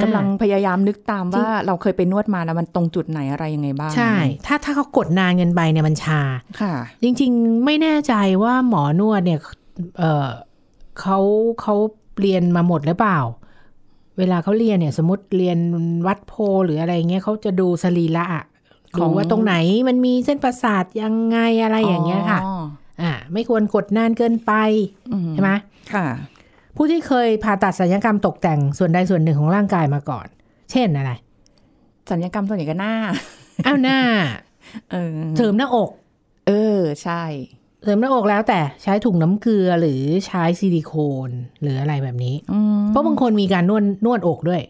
[SPEAKER 2] ก
[SPEAKER 3] ำลังพยายามนึกตามว่าเราเคยไปนวดมาแล้วมันตรงจุดไหนอะไรยังไงบ้าง
[SPEAKER 2] ใช่ ถ้าถ้าเขากดนานเกินไปเนี่ยมันชา
[SPEAKER 3] ค่ะ
[SPEAKER 2] จริงๆ ไม่แน่ใจว่าหมอนวดเนี่ย เออเขาเขาเรียนมาหมดหรือเปล่า เวลาเขาเรียนเนี่ย สมมติเรียนวัดโพหรืออะไรเงี้ยเขาจะดูสรีระอะ
[SPEAKER 3] ข
[SPEAKER 2] ดู
[SPEAKER 3] อง
[SPEAKER 2] ว่าตรงไหนมันมีเส้นประสาทยังไงอะไรอย่างเงี้ยค่ะ
[SPEAKER 3] อ๋อ
[SPEAKER 2] อ่า ไม่ควรกดนานเกินไป
[SPEAKER 3] อื
[SPEAKER 2] ใช่ไหม
[SPEAKER 3] ค่ะ
[SPEAKER 2] ผู้ที่เคยผ่าตัดศัลยกรรมตกแต่งส่วนใดส่วนหนึ่งของร่างกายมาก่อน เช่นอะไร
[SPEAKER 3] สัญญกรรมส่วนใหญ่ก็หน้า
[SPEAKER 2] อ้าวหน้า
[SPEAKER 3] เออ
[SPEAKER 2] เสริมหน้าอก
[SPEAKER 3] เออ ใช่
[SPEAKER 2] เสริมหน้าอกแล้วแต่ใช้ถุงน้ำเกลือหรือใช้ซิลิโคนหรืออะไรแบบนี้
[SPEAKER 3] อืม
[SPEAKER 2] เพราะบางคนมีการนวดนวดอกด้วย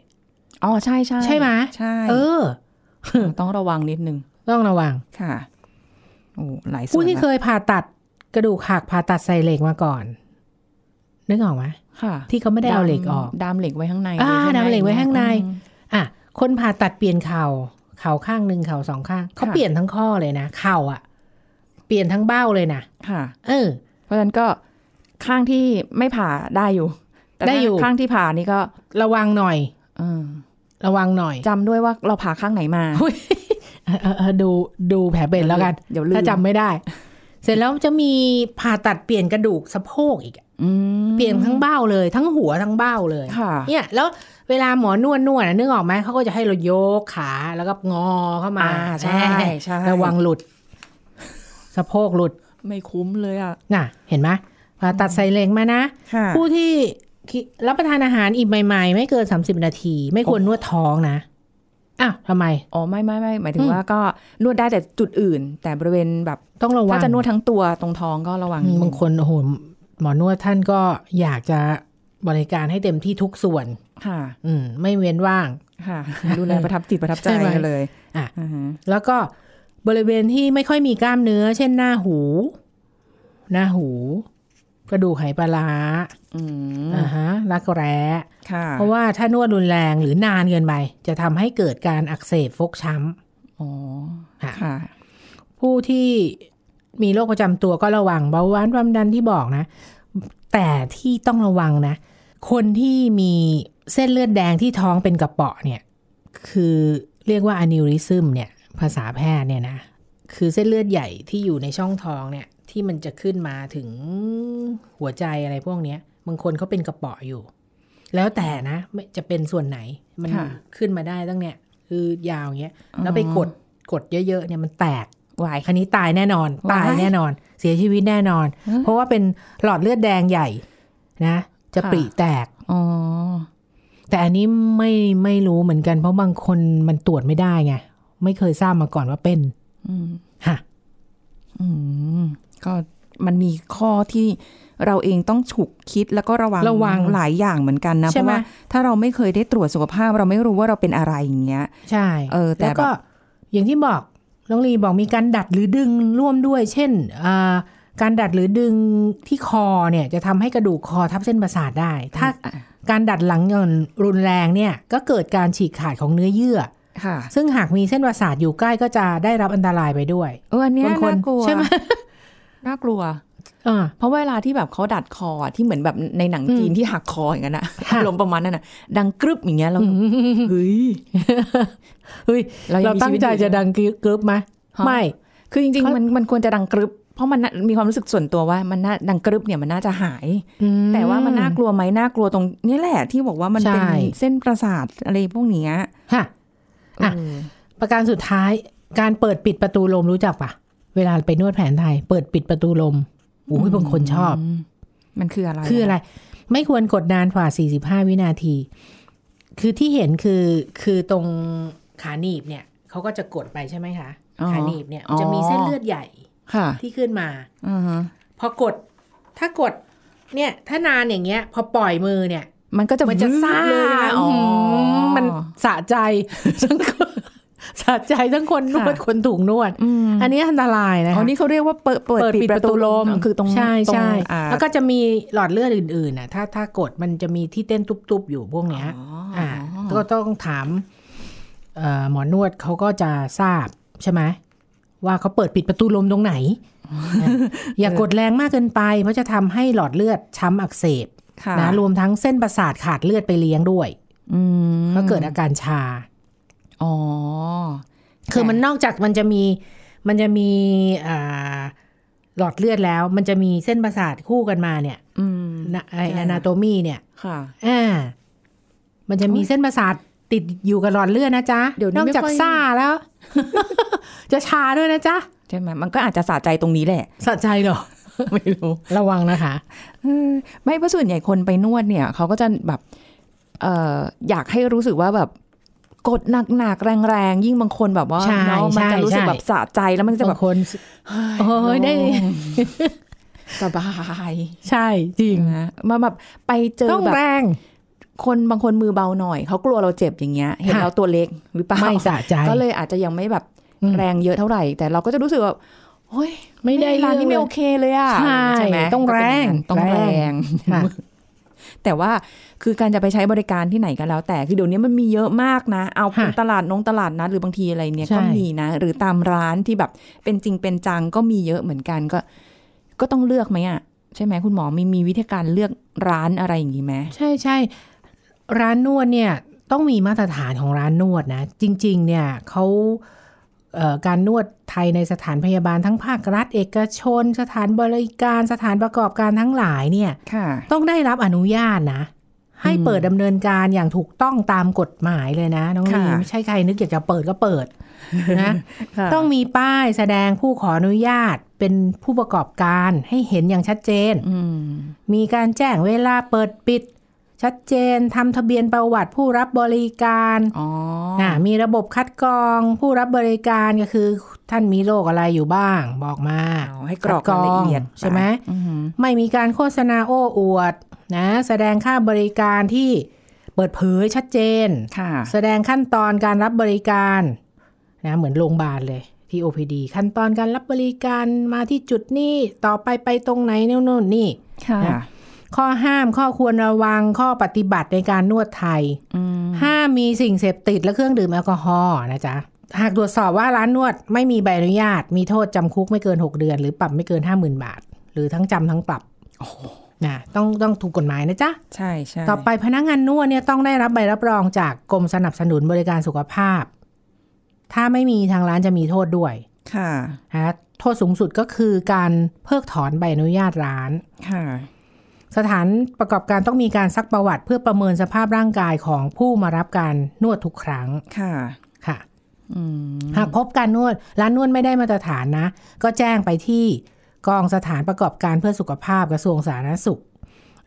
[SPEAKER 3] อ๋อ ใช่ใช่
[SPEAKER 2] ใช่ไหม
[SPEAKER 3] ใช่
[SPEAKER 2] เออ
[SPEAKER 3] ต้องระวังนิดนึง
[SPEAKER 2] ต้องระวัง
[SPEAKER 3] ค่ะ โอ้ หลายส่วน
[SPEAKER 2] ผู้ที่
[SPEAKER 3] ละ
[SPEAKER 2] เคยผ่าตัดกระดูกหักผ่าตัดใส่เหล็กมาก่อน นึกออกไหม
[SPEAKER 3] ค่ะ
[SPEAKER 2] ที่เขาไม่ได้เอาเหล็กออก
[SPEAKER 3] ดามเหล็กไว้ข้างใน
[SPEAKER 2] อ่า
[SPEAKER 3] ใช่ไม
[SPEAKER 2] ดามเหล็กไว้ข้างใน
[SPEAKER 3] อืม
[SPEAKER 2] อ่ะคนผ่าตัดเปลี่ยนเข่าเข่าข้างหนึ่งเข่าสองข้างเขา
[SPEAKER 3] ค่ะ
[SPEAKER 2] เปลี่ยนทั้งข้อเลยนะเข่าอ่ะ เปลี่ยนทั้งเบ้าเลยนะ
[SPEAKER 3] ค่ะ
[SPEAKER 2] เออ
[SPEAKER 3] เพราะฉะนั้นก็ข้างที่ไม่ผ่าได้อยู่ แต่
[SPEAKER 2] ได้อยู่
[SPEAKER 3] ข้างที่ผ่านี่ก็
[SPEAKER 2] ระวังหน่อย
[SPEAKER 3] เออ
[SPEAKER 2] ระวังหน่อย
[SPEAKER 3] จำด้วยว่าเราผ่าข้างไหนมา
[SPEAKER 2] เออเออเออดูดูแผลเป็นแล้วกัน
[SPEAKER 3] เดี๋ยวลืม
[SPEAKER 2] ถ้าจำไม่ได้ เสร็จแล้วจะมีผ่าตัดเปลี่ยนกระดูกสะโพกอีกอะ
[SPEAKER 3] อืม
[SPEAKER 2] เปลี่ยนทั้งเบ้าเลยทั้งหัวทั้งเบ้าเลย
[SPEAKER 3] ค่ะ
[SPEAKER 2] เนี่ยแล้วเวลาหมอนวดนวดอะนึกออกไหมเขาก็จะให้เรายกขาแล้วก็งอเข้ามา
[SPEAKER 3] อ่าใช่ใช่
[SPEAKER 2] ระวังหลุด สะโพกหลุด
[SPEAKER 3] ไม่คุ้มเลยอ่ะ
[SPEAKER 2] น่ะ เห็นไหมผ่าตัดใส่เหล็กมานะ
[SPEAKER 3] ค่ะ
[SPEAKER 2] ผู้ที่ คิรับประทานอาหารอิ่มใหม่ๆ ไม่เกิน 30 นาที ไม่ควรนวดท้องนะอ้าวทำไม
[SPEAKER 3] อ๋อไม่ไม่ไม่หมายถึ
[SPEAKER 2] อื
[SPEAKER 3] ง
[SPEAKER 2] ม
[SPEAKER 3] ว่าก็นวดได้แต่จุดอื่น แต่บริเวณแบบ
[SPEAKER 2] ต้องระวัง
[SPEAKER 3] ถ้าจะนวดทั้งตัวตรงท้องก็ระวัง
[SPEAKER 2] อืมบางคนโอ้โหหมอนวดท่านก็อยากจะบริการให้เต็มที่ทุกส่วน
[SPEAKER 3] ค่ะ
[SPEAKER 2] อืม ไม่เว้นว่าง
[SPEAKER 3] ค่ะดูแลประทับจิตประทับใจ
[SPEAKER 2] ใช่ไหม
[SPEAKER 3] กันเลย
[SPEAKER 2] อ่ะ
[SPEAKER 3] าฮ
[SPEAKER 2] แล้วก็บริเวณที่ไม่ค่อยมีกล้ามเนื้อ เช่นหน้าหู หน้าหู กระดูกไหปลาร้า
[SPEAKER 3] อืม
[SPEAKER 2] อ่าฮะรักแร้
[SPEAKER 3] ค่ะ
[SPEAKER 2] เพราะว่าถ้านวดรุนแรงหรือนานเกินไป จะทำให้เกิดการอักเสบฟกช้
[SPEAKER 3] อ๋อ
[SPEAKER 2] ำค่ะ
[SPEAKER 3] ค่ะ
[SPEAKER 2] ผู้ที่มีโรคประจำตัวก็ระวังเบาหวานความดันที่บอกนะ แต่ที่ต้องระวังนะ คนที่มีเส้นเลือดแดงที่ท้องเป็นกระเปาะเนี่ย คือเรียกว่าอนิริซึมเนี่ย ภาษาแพทย์เนี่ยนะ คือเส้นเลือดใหญ่ที่อยู่ในช่องท้องเนี่ย ที่มันจะขึ้นมาถึงหัวใจอะไรพวกเนี้ยบางคนเขาเป็นกระเปาะอยู่ แล้วแต่นะไม่จะเป็นส่วนไหนมัน
[SPEAKER 3] ค่ะ
[SPEAKER 2] ขึ้นมาได้ตั้งเนี่ย คือยาวอย่างเงี้ย แล้วไปกดกดเยอะๆเนี่ยมันแตก
[SPEAKER 3] ไหว
[SPEAKER 2] คันนี้ตายแน่นอน
[SPEAKER 3] ว้าย
[SPEAKER 2] ตายแน่นอน เสียชีวิตแน่นอน
[SPEAKER 3] ฮะ
[SPEAKER 2] เพราะว่าเป็นหลอดเลือดแดงใหญ่นะ จะ
[SPEAKER 3] ค่ะ
[SPEAKER 2] ปริแตก
[SPEAKER 3] อ๋อ
[SPEAKER 2] แต่อันนี้ไม่ไม่รู้เหมือนกัน เพราะบางคนมันตรวจไม่ได้ไง ไม่เคยทราบมาก่อนว่าเป็น
[SPEAKER 3] อืม
[SPEAKER 2] ฮะ
[SPEAKER 3] อืมก็มันมีข้อที่เราเองต้องฉุกคิดแล้วก็ระวัง
[SPEAKER 2] ระวัง
[SPEAKER 3] หลายอย่างเหมือนกันนะ
[SPEAKER 2] ใช่
[SPEAKER 3] เพราะ
[SPEAKER 2] ไหม
[SPEAKER 3] ว่าถ้าเราไม่เคยได้ตรวจสุขภาพ เราไม่รู้ว่าเราเป็นอะไรอย่างเงี้ย
[SPEAKER 2] ใช่
[SPEAKER 3] เออแต่
[SPEAKER 2] แล้วก็อย่างที่บอกน้องลีบอกมีการดัดหรือดึงร่วมด้วย เช่นอ่าการดัดหรือดึงที่คอเนี่ย จะทำให้กระดูกคอทับเส้นประสาทได้ ถ้า
[SPEAKER 3] อ่ะ
[SPEAKER 2] การดัดหลังอย่างรุนแรงเนี่ย ก็เกิดการฉีกขาดของเนื้อเยื่อ
[SPEAKER 3] ค่ะ
[SPEAKER 2] ซึ่งหากมีเส้นประสาทอยู่ใกล้ก็จะได้รับอันตรายไปด้วย
[SPEAKER 3] เอออันเนี้ย
[SPEAKER 2] บางคน
[SPEAKER 3] น่ากลัว
[SPEAKER 2] ใช่ไหม
[SPEAKER 3] น่ากลัว
[SPEAKER 2] อ่า
[SPEAKER 3] เพราะเวลาที่แบบเขาดัดคออะที่เหมือนแบบในหนังจีนที่หักคออย่างนั้นอะ
[SPEAKER 2] ค่ะ
[SPEAKER 3] ลมณ์ประมาณนั้นอะดังกรึบอย่างเงี้ยเราเฮ้ย
[SPEAKER 2] เฮ้ย
[SPEAKER 3] เรายัง
[SPEAKER 2] เราตั้งใจ
[SPEAKER 3] มีชีวิตอยู่
[SPEAKER 2] จะดังกรึ๊บไหม
[SPEAKER 3] ฮะ
[SPEAKER 2] ไม่
[SPEAKER 3] คือจริง
[SPEAKER 2] เขา
[SPEAKER 3] ๆมันมันควรจะดังกรึบ เพราะมันน่ะมีความรู้สึกส่วนตัวว่ามันน่าดังกรึบเนี่ยมันน่าจะหาย แต่ว่ามันน่ากลัวไหมน่ากลัวตรงนี่แหละที่บอกว่ามันเป็น
[SPEAKER 2] ใช่
[SPEAKER 3] เส้นประสาทอะไรพวกเนี้ย
[SPEAKER 2] ฮะ อ่ะ
[SPEAKER 3] เออ
[SPEAKER 2] ประการสุดท้ายการเปิดปิดประตูลมรู้จักปะเวลาไปนวดแผนไทย เปิดปิดประตูลมโอ้ยบางคนชอบ
[SPEAKER 3] มันคืออะไร
[SPEAKER 2] คืออะไร ไม่ควรกดนานกว่า 45 วินาที คือที่เห็นคือคือตรงขาหนีบเนี่ยเขาก็จะกดไปใช่ไหมคะขาหนีบเนี่ยมันจะมีเส้นเลือดใหญ่
[SPEAKER 3] ค่ะ
[SPEAKER 2] ที่ขึ้นมา
[SPEAKER 3] อ่าฮะ
[SPEAKER 2] พอกด ถ้ากด เนี่ย ถ้านานอย่างเงี้ย พอปล่อยมือเนี่ย
[SPEAKER 3] มันก็จะ
[SPEAKER 2] มันจะ
[SPEAKER 3] วืบ
[SPEAKER 2] ซ่า
[SPEAKER 3] เลยนะอ๋อ
[SPEAKER 2] มมันสะใจ [LAUGHS] ทั้งคนสะใจทั้งคนนวด
[SPEAKER 3] ค่ะ
[SPEAKER 2] คนถูกนวด
[SPEAKER 3] อืม
[SPEAKER 2] อันนี้อันตรายนะ
[SPEAKER 3] อ๋อ
[SPEAKER 2] คะ
[SPEAKER 3] นี่เขาเรียกว่าเปิดเปิดปิดประตูลมคือตรง
[SPEAKER 2] ใช่
[SPEAKER 3] ตรง
[SPEAKER 2] ใช่
[SPEAKER 3] อ่า
[SPEAKER 2] แล้วก็จะมีหลอดเลือดอื่นๆน่ะ ถ้าถ้ากดมันจะมีที่เต้นตุบๆอยู่พวกเนี้ย
[SPEAKER 3] อ๋ออ่
[SPEAKER 2] อ่าก็ต้องถามเอ่อหมอนวดเขาก็จะทราบใช่ไหมว่าเขาเปิดปิดประตูลมตรงไหนนะอย่ากดแรงมากเกินไป เพราะจะทำให้หลอดเลือดช้ำอักเสบ
[SPEAKER 3] ค่ะ
[SPEAKER 2] นะรวมทั้งเส้นประสาทขาดเลือดไปเลี้ยงด้วย
[SPEAKER 3] อืม
[SPEAKER 2] ก็เกิดอาการชา
[SPEAKER 3] อ๋อ
[SPEAKER 2] คือมันนอกจากมันจะมีมันจะมีอ่าหลอดเลือดแล้ว มันจะมีเส้นประสาทคู่กันมาเนี่ย
[SPEAKER 3] อืม
[SPEAKER 2] นะไอ
[SPEAKER 3] ใช่
[SPEAKER 2] อนาโตมีเนี่ย
[SPEAKER 3] ค่ะ
[SPEAKER 2] อ่ามันจะมีเส้นประสาทติดอยู่กับหลอดเลือดนะจ๊ะ
[SPEAKER 3] เดี๋ยวนี้
[SPEAKER 2] นอกจาก
[SPEAKER 3] ไม่ค่อย
[SPEAKER 2] ซ่าแล้ว [LAUGHS] จะชาด้วยนะจ๊ะ
[SPEAKER 3] ใช่ไหมมันก็อาจจะสะใจตรงนี้แหละ [LAUGHS]
[SPEAKER 2] สะใจเหรอ
[SPEAKER 3] ไม่รู้
[SPEAKER 2] ระวังนะคะ
[SPEAKER 3] เออไม่เพราะส่วนใหญ่คนไปนวดเนี่ยเขาก็จะแบบเอออยากให้รู้สึกว่าแบบกดหนักๆแรงๆยิ่งบางคนแบบว่าเนาะมันจะรู้สึกแบบสะใจแล้วมันจะแบบ
[SPEAKER 2] า
[SPEAKER 3] บ
[SPEAKER 2] งคน โอ้ยได้
[SPEAKER 3] โล่งสบาย
[SPEAKER 2] ใช่จริง
[SPEAKER 3] นะมาแบบไปเจอ
[SPEAKER 2] ต้อง
[SPEAKER 3] แบบ
[SPEAKER 2] แรง
[SPEAKER 3] คนบางคนมือเบาหน่อยเขากลัวเราเจ็บอย่างเงี้ย เห็น
[SPEAKER 2] ค่ะ
[SPEAKER 3] เราตัวเล็กหรือเปล่า
[SPEAKER 2] ไม่สะใจ
[SPEAKER 3] ก็เลยอาจจะยังไม่แบบ
[SPEAKER 2] อืม
[SPEAKER 3] แรงเยอะเท่าไหร่ แต่เราก็จะรู้สึกว่าโอ้ย
[SPEAKER 2] ไม่ได้
[SPEAKER 3] ร้านนี้
[SPEAKER 2] เรื่
[SPEAKER 3] ไม่
[SPEAKER 2] องเล
[SPEAKER 3] โอ
[SPEAKER 2] ย
[SPEAKER 3] เคเลยอ่ะ
[SPEAKER 2] ใช่
[SPEAKER 3] ไหม
[SPEAKER 2] ต้องแรง
[SPEAKER 3] ก็เป็นอย่านั้นต้องแรง
[SPEAKER 2] ค่ะ
[SPEAKER 3] แต่ว่าคือการจะไปใช้บริการที่ไหนก็แล้วแต่ คือเดี๋ยวนี้มันมีเยอะมากนะ เอาเป็น
[SPEAKER 2] ค่ะ
[SPEAKER 3] ตลาดนงตลาดนัดหรือบางทีอะไรเนี่ย
[SPEAKER 2] ใช่
[SPEAKER 3] ก็มีนะ หรือตามร้านที่แบบเป็นจริงเป็นจังก็มีเยอะเหมือนกันก็ ก็ต้องเลือกไหมอ่ะ ใช่ไหมคุณหมอมีมีวิธีการเลือกร้านอะไรอย่างนี้ไหม
[SPEAKER 2] ใช่ใช่ร้านนวดเนี่ยต้องมีมาตรฐานของร้านนวดนะ จริง ๆ เนี่ยเขาเอ่อการนวดไทยในสถานพยาบาลทั้งภาครัฐ เอกชน สถานบริการสถานประกอบการทั้งหลายเนี่ย
[SPEAKER 3] ค่ะ
[SPEAKER 2] ต้องได้รับอนุญาตนะ ให้เปิดดำเนินการอย่างถูกต้องตามกฎหมายเลยนะน้องลี
[SPEAKER 3] ค่ะ
[SPEAKER 2] ไม่ใช่ใครนึกอยากจะเปิดก็เปิ
[SPEAKER 3] [LAUGHS]
[SPEAKER 2] ดนะ ต้องมีป้ายแสดงผู้ขออนุญาตเป็นผู้ประกอบการให้เห็นอย่างชัดเจน
[SPEAKER 3] อืม
[SPEAKER 2] มีการแจ้งเวลาเปิดปิด ชัดเจนทำทะเบียนประวัติผู้รับบริการ
[SPEAKER 3] อ๋อ
[SPEAKER 2] อ่ามีระบบคัดกรองผู้รับบริการก็คือ ท่านมีโรคอะไรอยู่บ้าง บอกมา
[SPEAKER 3] เอาให้กรอกรายละเอียด
[SPEAKER 2] ใช่ไหม
[SPEAKER 3] อือหือ
[SPEAKER 2] ไม่มีการโฆษณาโอ้อวดนะแสดงค่าบริการที่เปิดเผยชัดเจน
[SPEAKER 3] ค่ะ
[SPEAKER 2] แสดงขั้นตอนการรับบริการนะเหมือนโรงพยาบาลเลยที่ OPD ขั้นตอนการรับบริการมาที่จุดนี้ต่อไปไปตรงไหนโน่นโน่นนี่
[SPEAKER 3] ค่ะ
[SPEAKER 2] นะ ข้อห้ามข้อควรระวังข้อปฏิบัติในการนวดไทย
[SPEAKER 3] อืม
[SPEAKER 2] ห้ามมีสิ่งเสพติดและเครื่องดื่มแอลกอฮอล์นะจ๊ะ หากตรวจสอบว่าร้านนวดไม่มีใบอนุญาต มีโทษจำคุกไม่เกิน 6 เดือน หรือปรับไม่เกิน 50,000 บาท หรือทั้งจำทั้งปรับนะต้องต้องถูกกฎหมายนะจ๊ะ
[SPEAKER 3] ใช่ใช่
[SPEAKER 2] ต่อไปพนักงานนวดเนี่ยต้องได้รับใบรับรองจากกรมสนับสนุนบริการสุขภาพ ถ้าไม่มีทางร้านจะมีโทษด้วย
[SPEAKER 3] ค่ะ
[SPEAKER 2] นะโทษสูงสุดก็คือการเพิกถอนใบอนุญาตร้าน
[SPEAKER 3] ค่ะ
[SPEAKER 2] สถานประกอบการต้องมีการซักประวัติ เพื่อประเมินสภาพร่างกายของผู้มารับการนวดทุกครั้ง
[SPEAKER 3] ค่ะ
[SPEAKER 2] ค่ะ
[SPEAKER 3] อืม
[SPEAKER 2] หากพบการนวดร้านนวดไม่ได้มาตรฐานนะ ก็แจ้งไปที่กองสถานประกอบการเพื่อสุขภาพกระทรวงสาธารณสุข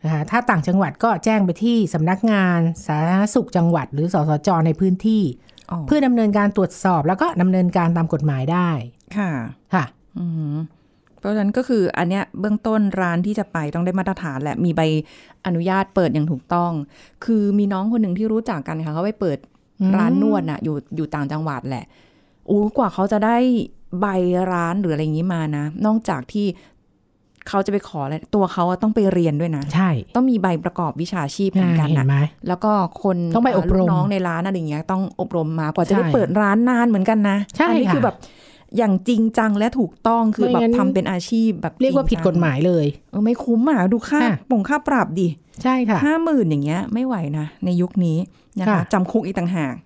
[SPEAKER 2] นะคะถ้าต่างจังหวัดก็แจ้งไปที่สำนักงานสาธารณสุขจังหวัด หรือสสจในพื้นที่
[SPEAKER 3] อ๋อ
[SPEAKER 2] เพื่อดำเนินการตรวจสอบแล้วก็ดำเนินการตามกฎหมายได้
[SPEAKER 3] ค่ะ
[SPEAKER 2] ค่ะ
[SPEAKER 3] อืมเพราะฉะนั้นก็คืออันเนี้ยเบื้องต้นร้านที่จะไปต้องได้มาตรฐานแหละมีใบอนุญาตเปิดอย่างถูกต้อง คือมีน้องคนหนึ่งที่รู้จักกันค่ะเขาไปเปิด
[SPEAKER 2] อืม
[SPEAKER 3] ร้านนวดน่ะ อยู่อยู่ต่างจังหวัดแหละอู้กว่าเขาจะได้ใบร้านหรืออะไรอย่างนี้มานะ นอกจากที่เขาจะไปขอแล้วตัวเขาอะต้องไปเรียนด้วยนะ
[SPEAKER 2] ใช่
[SPEAKER 3] ต้องมีใบประกอบวิชาชีพเหมือนกัน
[SPEAKER 2] เห็
[SPEAKER 3] นะ
[SPEAKER 2] นไหม
[SPEAKER 3] แล้วก็คน
[SPEAKER 2] ต้องไปอบรม
[SPEAKER 3] ลูกน้องในร้านอะไรอย่างเงี้ยต้องอบรมมากว่าจะได้
[SPEAKER 2] ใช่
[SPEAKER 3] เปิดร้านนานเหมือนกันนะ
[SPEAKER 2] ใช่
[SPEAKER 3] อันี้
[SPEAKER 2] ค่ะ
[SPEAKER 3] คือแบบอย่างจริงจังและถูกต้องคือ
[SPEAKER 2] ไม่
[SPEAKER 3] แบบ
[SPEAKER 2] งั้น
[SPEAKER 3] ทำเป็นอาชีพแบบ
[SPEAKER 2] เรียกว่าผิดกฎหมายเลย
[SPEAKER 3] เออไม่คุ้มอ่ะดูค่า
[SPEAKER 2] ค่ะ
[SPEAKER 3] ปงค่าปรับดิ
[SPEAKER 2] ใช่ค่ะ
[SPEAKER 3] ห้าหมื่นอย่างเงี้ยไม่ไหวนะ ในยุคนี้นะคะ
[SPEAKER 2] ค่ะ
[SPEAKER 3] จำคุกอีกต่างหาก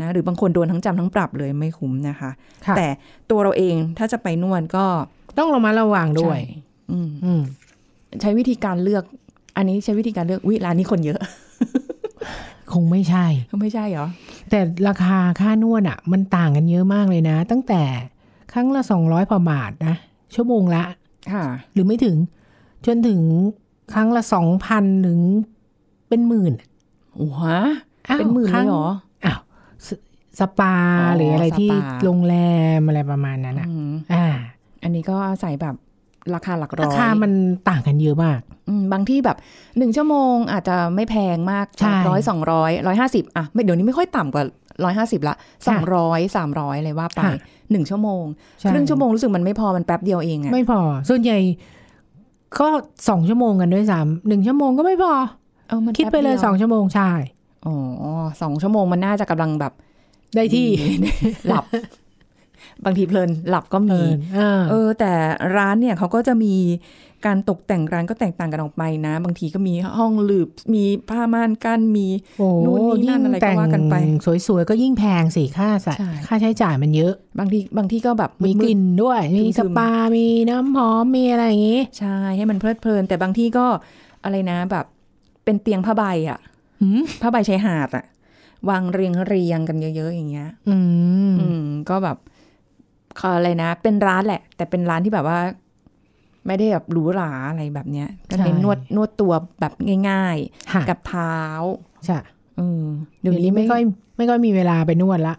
[SPEAKER 3] นะหรือบางคนโดนทั้งจำทั้งปรับเลยไม่คุ้มนะคะ
[SPEAKER 2] ค่ะ
[SPEAKER 3] แต่ตัวเราเองถ้าจะไปนวดก็
[SPEAKER 2] ต้องระมัดระวังด้วย
[SPEAKER 3] ใช่อืม
[SPEAKER 2] อืม
[SPEAKER 3] ใช้วิธีการเลือก อันนี้ใช้วิธีการเลือกวิร้านนี้คนเยอะ [LAUGHS]
[SPEAKER 2] คงไม่ใช่
[SPEAKER 3] ไม่ใช่เหรอ
[SPEAKER 2] แต่ราคาค่านวดอะ่ะ มันต่างกันเยอะมากเลยนะ ตั้งแต่ครั้งละ 200ประมาทนะ ชั่วโมงละ
[SPEAKER 3] ค่ะ
[SPEAKER 2] หรือไม่ถึง จนถึงครั้งละ 2,000 ถึงเป็นหมื่น
[SPEAKER 3] โอ้โห
[SPEAKER 2] อ้าว
[SPEAKER 3] เป็นหมื่น
[SPEAKER 2] ค
[SPEAKER 3] เล
[SPEAKER 2] รั้ง
[SPEAKER 3] ยเหรอ
[SPEAKER 2] อ้าวสสปา
[SPEAKER 3] อ๋อ
[SPEAKER 2] หรืออะไรที่
[SPEAKER 3] สปา
[SPEAKER 2] โรงแรมอะไรประมาณนั้นอะ
[SPEAKER 3] อืม
[SPEAKER 2] อ่า
[SPEAKER 3] อันนี้ก็อาศัยแบบราคาหลักร้อย
[SPEAKER 2] ราคามันต่างกันเยอะมาก
[SPEAKER 3] อืมบางที่แบบหนึ่งชั่วโมงอาจจะไม่แพงมาก
[SPEAKER 2] ใช่
[SPEAKER 3] ร้อยสองร้อยร้อยห้าสิบอ่ะไม่เดี๋ยวนี้ไม่ค่อยต่ำกว่าร้อยห้าสิบละสองร้อยสามร้อยเลยว่าไปหนึ่งชั่วโมง
[SPEAKER 2] ใช่
[SPEAKER 3] ครึ่งชั่วโมงรู้สึกมันไม่พอมันแป๊บเดียวเองอะ
[SPEAKER 2] ไม่พอ ส่วนใหญ่ก็สองชั่วโมงกันด้วยซ้ำหนึ่งชั่วโมงก็ไม่พอ
[SPEAKER 3] เออมัน
[SPEAKER 2] คิดไปเลย
[SPEAKER 3] แป๊บว
[SPEAKER 2] สองชั่วโมงใช่
[SPEAKER 3] อ๋อสองชั่วโมงมันน่าจะกำลังแบบ
[SPEAKER 2] ได้ที่
[SPEAKER 3] หลับ บางทีเพลินหลับก็มี
[SPEAKER 2] เออ
[SPEAKER 3] เออแต่ร้านเนี่ยเขาก็จะมีการตกแต่งร้านก็แตกต่างกันออกไปนะ บางทีก็มีห้องหลืบ มีผ้าม่านกั้นมี
[SPEAKER 2] โอ้
[SPEAKER 3] นู่นนี่นั่นอะไรก็ว่ากันไป
[SPEAKER 2] ยิ่งแต่งสวยๆ ก็ยิ่งแพงสิค่าใส่
[SPEAKER 3] ใช่
[SPEAKER 2] ค่าใช้จ่ายมันเยอะ
[SPEAKER 3] บางทีบางที่ก็แบบ
[SPEAKER 2] มี
[SPEAKER 3] ดๆ
[SPEAKER 2] กลิ่นด้วย มี
[SPEAKER 3] ทึ
[SPEAKER 2] ส
[SPEAKER 3] มๆ
[SPEAKER 2] ปา มีน้ำหอม มีอะไรอย่างงี้
[SPEAKER 3] ใช่ให้มันเพลิดเพลิน แต่บางที่ก็อะไรนะแบบเป็นเตียงผ้าใบอะ
[SPEAKER 2] หืม
[SPEAKER 3] ผ้าใบชายหาดอะวางเรียงเรียงๆกันเยอะ ๆ อย่างเงี้ย
[SPEAKER 2] อืม
[SPEAKER 3] อืมก็แบบเขาอะไรนะ เป็นร้านแหละ แต่เป็นร้านที่แบบว่า ไม่ได้แบบหรูหราอะไรแบบเนี้ยก็เน้น
[SPEAKER 2] ใช่
[SPEAKER 3] นวดนวดตัวแบบง่าย
[SPEAKER 2] ค่ะ
[SPEAKER 3] ๆ กับเท้า
[SPEAKER 2] ใช่
[SPEAKER 3] เออ
[SPEAKER 2] เดี๋
[SPEAKER 3] เดี๋
[SPEAKER 2] ย
[SPEAKER 3] ยว ว
[SPEAKER 2] นี้
[SPEAKER 3] นี้
[SPEAKER 2] ไม่
[SPEAKER 3] ไม่
[SPEAKER 2] ค่
[SPEAKER 3] ค่
[SPEAKER 2] อ
[SPEAKER 3] อย ย
[SPEAKER 2] ไม่ค่อยมีเวลาไปนวดละ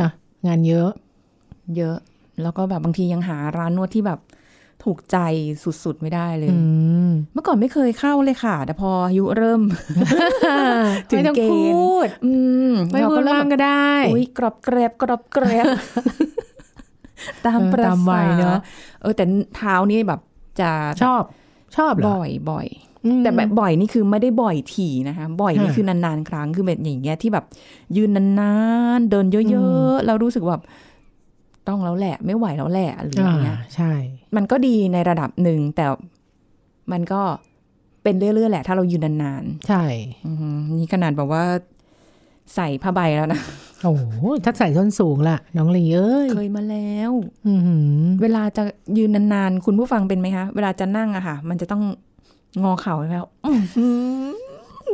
[SPEAKER 2] นะงานเยอะ
[SPEAKER 3] เยอะ แล้วก็แบบบางทียังหาร้านนวดที่แบบถูกใจสุดๆไม่ได้เลย
[SPEAKER 2] อืม
[SPEAKER 3] เมื่อก่อนไม่เคยเข้าเลยค่ะ แต่พออายุเริ่ม [LAUGHS] ถึง
[SPEAKER 2] ไม่ต้อง
[SPEAKER 3] เกณฑ์
[SPEAKER 2] พูด
[SPEAKER 3] อืม
[SPEAKER 2] ไม่
[SPEAKER 3] เรา
[SPEAKER 2] พูด
[SPEAKER 3] ก็เริ่
[SPEAKER 2] บ้าม ง
[SPEAKER 3] แบบ
[SPEAKER 2] ก็ได้
[SPEAKER 3] อุ้ยกรอบแกรบกรอบแกรบ ตาม
[SPEAKER 2] เออ
[SPEAKER 3] ประ
[SPEAKER 2] ตามวั
[SPEAKER 3] สาย
[SPEAKER 2] เนอะ
[SPEAKER 3] เออแต่เท้านี่แบบจะ
[SPEAKER 2] ชอบ ชอบเหรอ
[SPEAKER 3] บ่อยบ่อย
[SPEAKER 2] อืม
[SPEAKER 3] แต่แบบบ่อยนี่คือไม่ได้บ่อยถี่นะคะ บ่อยนี่
[SPEAKER 2] ค่ะ
[SPEAKER 3] คือนานๆ ครั้งคือแบบอย่างเงี้ยที่แบบ ยืนนานๆ เดินเย
[SPEAKER 2] อื
[SPEAKER 3] อะๆแล้วรู้สึกแบบต้องแล้วแหละ ไม่ไหวแล้วแหละหรืออ
[SPEAKER 2] อ่า
[SPEAKER 3] ย่างเงี้ย
[SPEAKER 2] ใช่
[SPEAKER 3] มันก็ดีในระดับหนึ่งแต่มันก็เป็นเรื่อยๆแหละ ถ้าเรายืนนาน
[SPEAKER 2] ใช่
[SPEAKER 3] ๆอืมนี่ขนาดแบบว่า ใส่ผ้าใบแล้วนะ
[SPEAKER 2] โอ้โหถ้าใส่ส้นสูงล่ะ น้องลีเอ้ย
[SPEAKER 3] [LAUGHS] เคยมาแล้ว
[SPEAKER 2] อือหือ
[SPEAKER 3] เวลาจะยืนนานๆ คุณผู้ฟังเป็นไหมคะ เวลาจะนั่งอะค่ะ มันจะต้องงอเข่าใช่ไหมคะอื้อหือ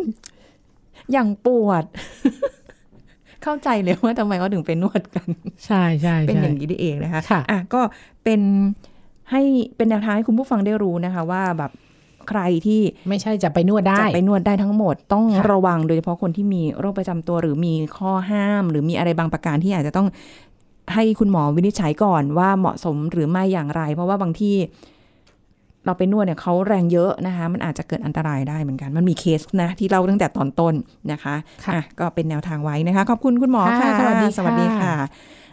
[SPEAKER 3] อย่างปวด [LAUGHS] เข้าใจเลยว่าทำไมเขาถึงไปนวดกัน
[SPEAKER 2] ใช่ใช่
[SPEAKER 3] เป็น
[SPEAKER 2] ใช่
[SPEAKER 3] อย่างนี้ได้เองนะคะ
[SPEAKER 2] ค่ะ
[SPEAKER 3] อ่ะก็เป็นให้เป็นแนวทางให้คุณผู้ฟังได้รู้นะคะ ว่าแบบ ใครที่
[SPEAKER 2] ไม่ใช่จะไปนวดได้
[SPEAKER 3] จะไปนวดได้ทั้งหมด ต้อง
[SPEAKER 2] ค่ะ
[SPEAKER 3] ระวังโดยเฉพาะคนที่มีโรคประจำตัวหรือมีข้อห้าม หรือมีอะไรบางประการที่อาจจะต้องให้คุณหมอวินิจฉัยก่อนว่าเหมาะสมหรือไม่อย่างไร เพราะว่าบางที่เราไปนวดเนี่ยเขาแรงเยอะนะคะ มันอาจจะเกิดอันตรายได้เหมือนกัน มันมีเคสนะที่เราตั้งแต่ตอนต้นนะคะ
[SPEAKER 2] ค่ะ
[SPEAKER 3] อ่ก็เป็นแนวทางไว้นะคะ ขอบคุณคุณหมอค่ะ
[SPEAKER 2] ค่ะสวัสดีค่ะ
[SPEAKER 3] สวัสดีค่ะ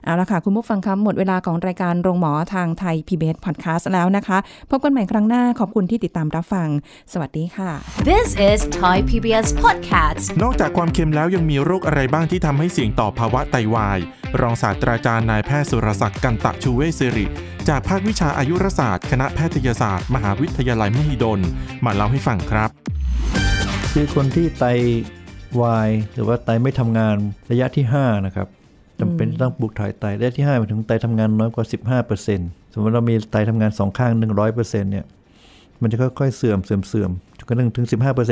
[SPEAKER 3] เอาละค่ะ คุณผู้ฟังคะหมดเวลาของรายการโรงหมอทางไทย PBS Podcast แล้วนะคะ พบกันใหม่ครั้งหน้าขอบคุณที่ติดตามรับฟัง สวัสดีค่ะ
[SPEAKER 1] This is Thai PBS Podcast.
[SPEAKER 4] นอกจากความเค็มแล้วยังมีโรคอะไรบ้างที่ทำให้เสี่ยงต่อภาวะไตวาย รองศาสตราจารย์นายแพทย์สุรศักดิ์กันตะชูเวชสิริ จากภาควิชาอายุรศาสตร์ คณะแพทยศาสตร์ มหาวิทยาลัยมหิดล มาเล่าให้ฟังครับ
[SPEAKER 5] คือคนที่ไตวายหรือว่าไตไม่ทำงานระยะที่ 5 นะครับจำเป็นต้องปลูกถ่ายไตระยะที่5หมายถึงไตทำงานน้อยกว่า 15%สมมติเรามีไตทำงานสองข้าง 100%เนี่ยมันจะค่อยๆเสื่อมเสื่อมเสื่อมจนกระทั่งถึง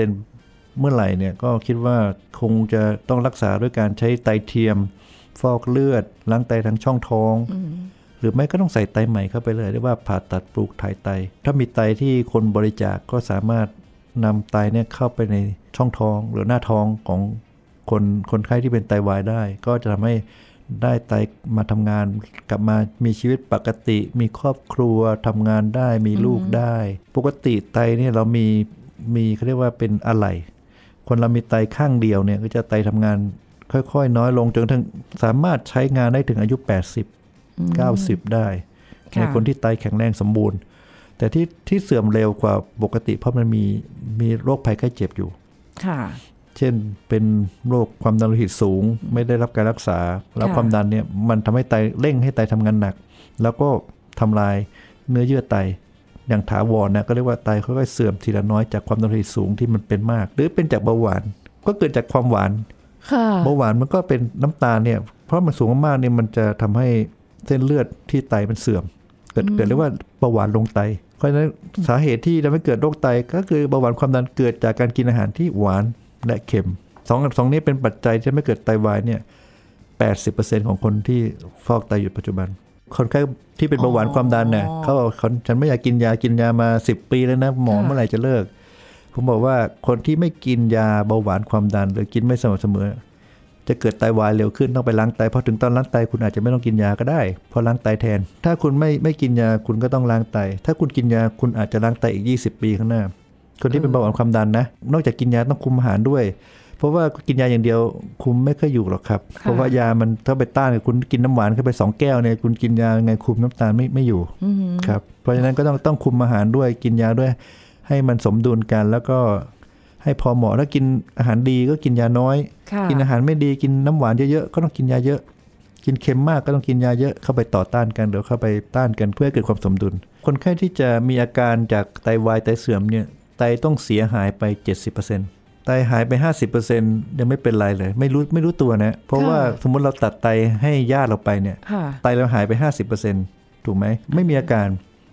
[SPEAKER 5] 15%เมื่อไหร่เนี่ยก็คิดว่าคงจะต้องรักษาด้วยการใช้ไตเทียม ฟอกเลือด ล้างไตทางช่องท้อง หรือไม่ก็ต้องใส่ไตใหม่เข้าไปเลยเรียกว่าผ่าตัดปลูกถ่ายไต ถ้ามีไตที่คนบริจาคก็สามารถนำไตเนี่ยเข้าไปในช่องท้อง หรือหน้าท้องของคนคนไข้ที่เป็นไตวายได้ ก็จะทำให้ได้ไตมาทำงาน กลับมามีชีวิตปกติ มีครอบครัวทำงานได้มีลูกได้ ปกติไตเนี่ยเรามีมีเขาเรียกว่าเป็นอะไร คนเรามีไตข้างเดียวเนี่ยก็จะไตทำงานค่อยๆ น้อยลงจนกระทั่งสามารถใช้งานได้ถึงอายุ 80 90 ได้
[SPEAKER 3] ค่ะ
[SPEAKER 5] ในคนที่ไตแข็งแรงสมบูรณ์ แต่ที่ที่เสื่อมเร็วกว่าปกติเพราะมันมีมีโรคภัยไข้เจ็บอยู่
[SPEAKER 3] ค่ะ
[SPEAKER 5] เช่นเป็นโรคความดันโลหิตสูง ไม่ได้รับการรักษา แล้ว
[SPEAKER 3] ค่ะ
[SPEAKER 5] ความดันเนี่ยมันทำให้ไตเร่งให้ไตทำงานหนัก แล้วก็ทำลายเนื้อเยื่อไต อย่างถาวรนะก็เรียกว่าไตค่อยๆเสื่อมทีละน้อยจากความดันโลหิตสูงที่มันเป็นมาก หรือเป็นจากเบาหวาน ก็เกิดจากความหวาน
[SPEAKER 3] ค่ะ
[SPEAKER 5] เบาหวานมันก็เป็นน้ำตาลเนี่ย เพราะมันสูงมากๆเนี่ยมันจะทำให้เส้นเลือดที่ไตมันเสื่อม เกิดเกิดเรียกว่าเบาหวานลงไต เพราะฉะนั้นสาเหตุที่ทำให้เกิดโรคไตก็คือเบาหวานความดันเกิดจากการกินอาหารที่หวานและเค็มสองสองนี้เป็นปัจจัยที่ทำให้เกิดไตวายเนี่ย80%ของคนที่ฟอกไตอยู่ปัจจุบัน คนไข้ที่เป็นเบาหวานความดันเนี่ย
[SPEAKER 3] อ๋อ
[SPEAKER 5] เขาบอกคนฉันไม่อยากกินยากินยามา 10 ปีแล้วนะหมอเมื่อไหร่จะเลิก ผมบอกว่าคนที่ไม่กินยาเบาหวานความดัน หรือกินไม่สม่ำเสมอ จะเกิดไตาวายเร็วขึ้นต้องไปล้างไตเพอถึงตอนล้างไตคุณอาจจะไม่ต้องกินยาก็ได้เพอล้างไตแทน ถ้าคุณไม่ไม่กินยาคุณก็ต้องล้างไต ถ้าคุณกินยาคุณอาจจะล้างไตอีก 20 ปีข้างหน้า คนที่เป็นเบาหวานความดันนะ นอกจากกินยาต้องคุมอาหารด้วย เพราะว่ากินยาอย่างเดียวคุมไม่ค่อยอยู่หรอกครับ เพราะว่ายามันถ้าไปต้านกับคุณกินน้ำหวานเข้าไปสองแก้วเนี่ยคุณกินยายังไงคุมน้ำตาลไม่ไม่อยู่ครับเพราะฉะนั้นก็ต้องต้องคุมอาหารด้วยกินยาด้วย ให้มันสมดุลกันแล้วก็ให้พอเหมาะถ้ากินอาหารดีก็กินยาน้อย
[SPEAKER 3] ค่ะ
[SPEAKER 5] กินอาหารไม่ดีกินน้ำหวานเยอะๆก็ต้องกินยาเยอะ กินเค็มมากก็ต้องกินยาเยอะเข้าไปต่อต้านกันหรือเข้าไปต้านกันเพื่อให้เกิดความสมดุล คนไข้ที่จะมีอาการจากไตวายไตเสื่อมเนี่ยไตต้องเสียหายไป 70%ไตหายไป 50%ยังไม่เป็นไรเลย ไม่รู้ไม่รู้ตัวนะ เพราะ
[SPEAKER 3] ค่ะ
[SPEAKER 5] ว่าสมมติเราตัดไตให้ญาติเราไปเนี่ย
[SPEAKER 3] ค่ะ
[SPEAKER 5] ไตเราหายไป 50%ถูกไหม ไม่มีอาการ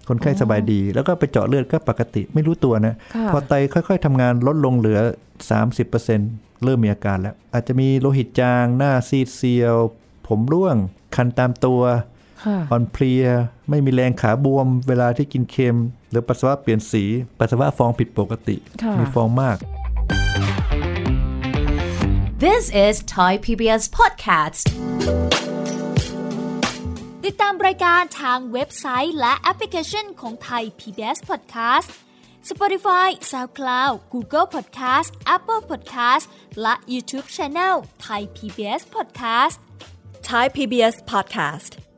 [SPEAKER 5] คนไข้สบายดี แล้วก็ไปเจาะเลือดก็ปกติไม่รู้ตัวนะ
[SPEAKER 3] ค่ะ
[SPEAKER 5] พอไตค่อยๆทำงานลดลงเหลือ 30%เริ่มมีอาการแล้ว อาจจะมีโลหิตจาง หน้าซีดเซียว ผมร่วง คันตามตัว
[SPEAKER 3] ค่ะ
[SPEAKER 5] อ่อนเพลีย ไม่มีแรงขาบวม เวลาที่กินเค็ม หรือปัสสาวะเปลี่ยนสี ปัสสาวะฟองผิดปกติ
[SPEAKER 3] ค่ะ
[SPEAKER 5] มีฟองมาก
[SPEAKER 1] This is Thai PBS Podcast.
[SPEAKER 6] ติดตามรายการทางเว็บไซต์และแอปพลิเคชันของไทย PBS Podcast Spotify SoundCloud Google Podcast Apple Podcast และ YouTube Channel Thai PBS Podcast
[SPEAKER 7] Thai PBS Podcast.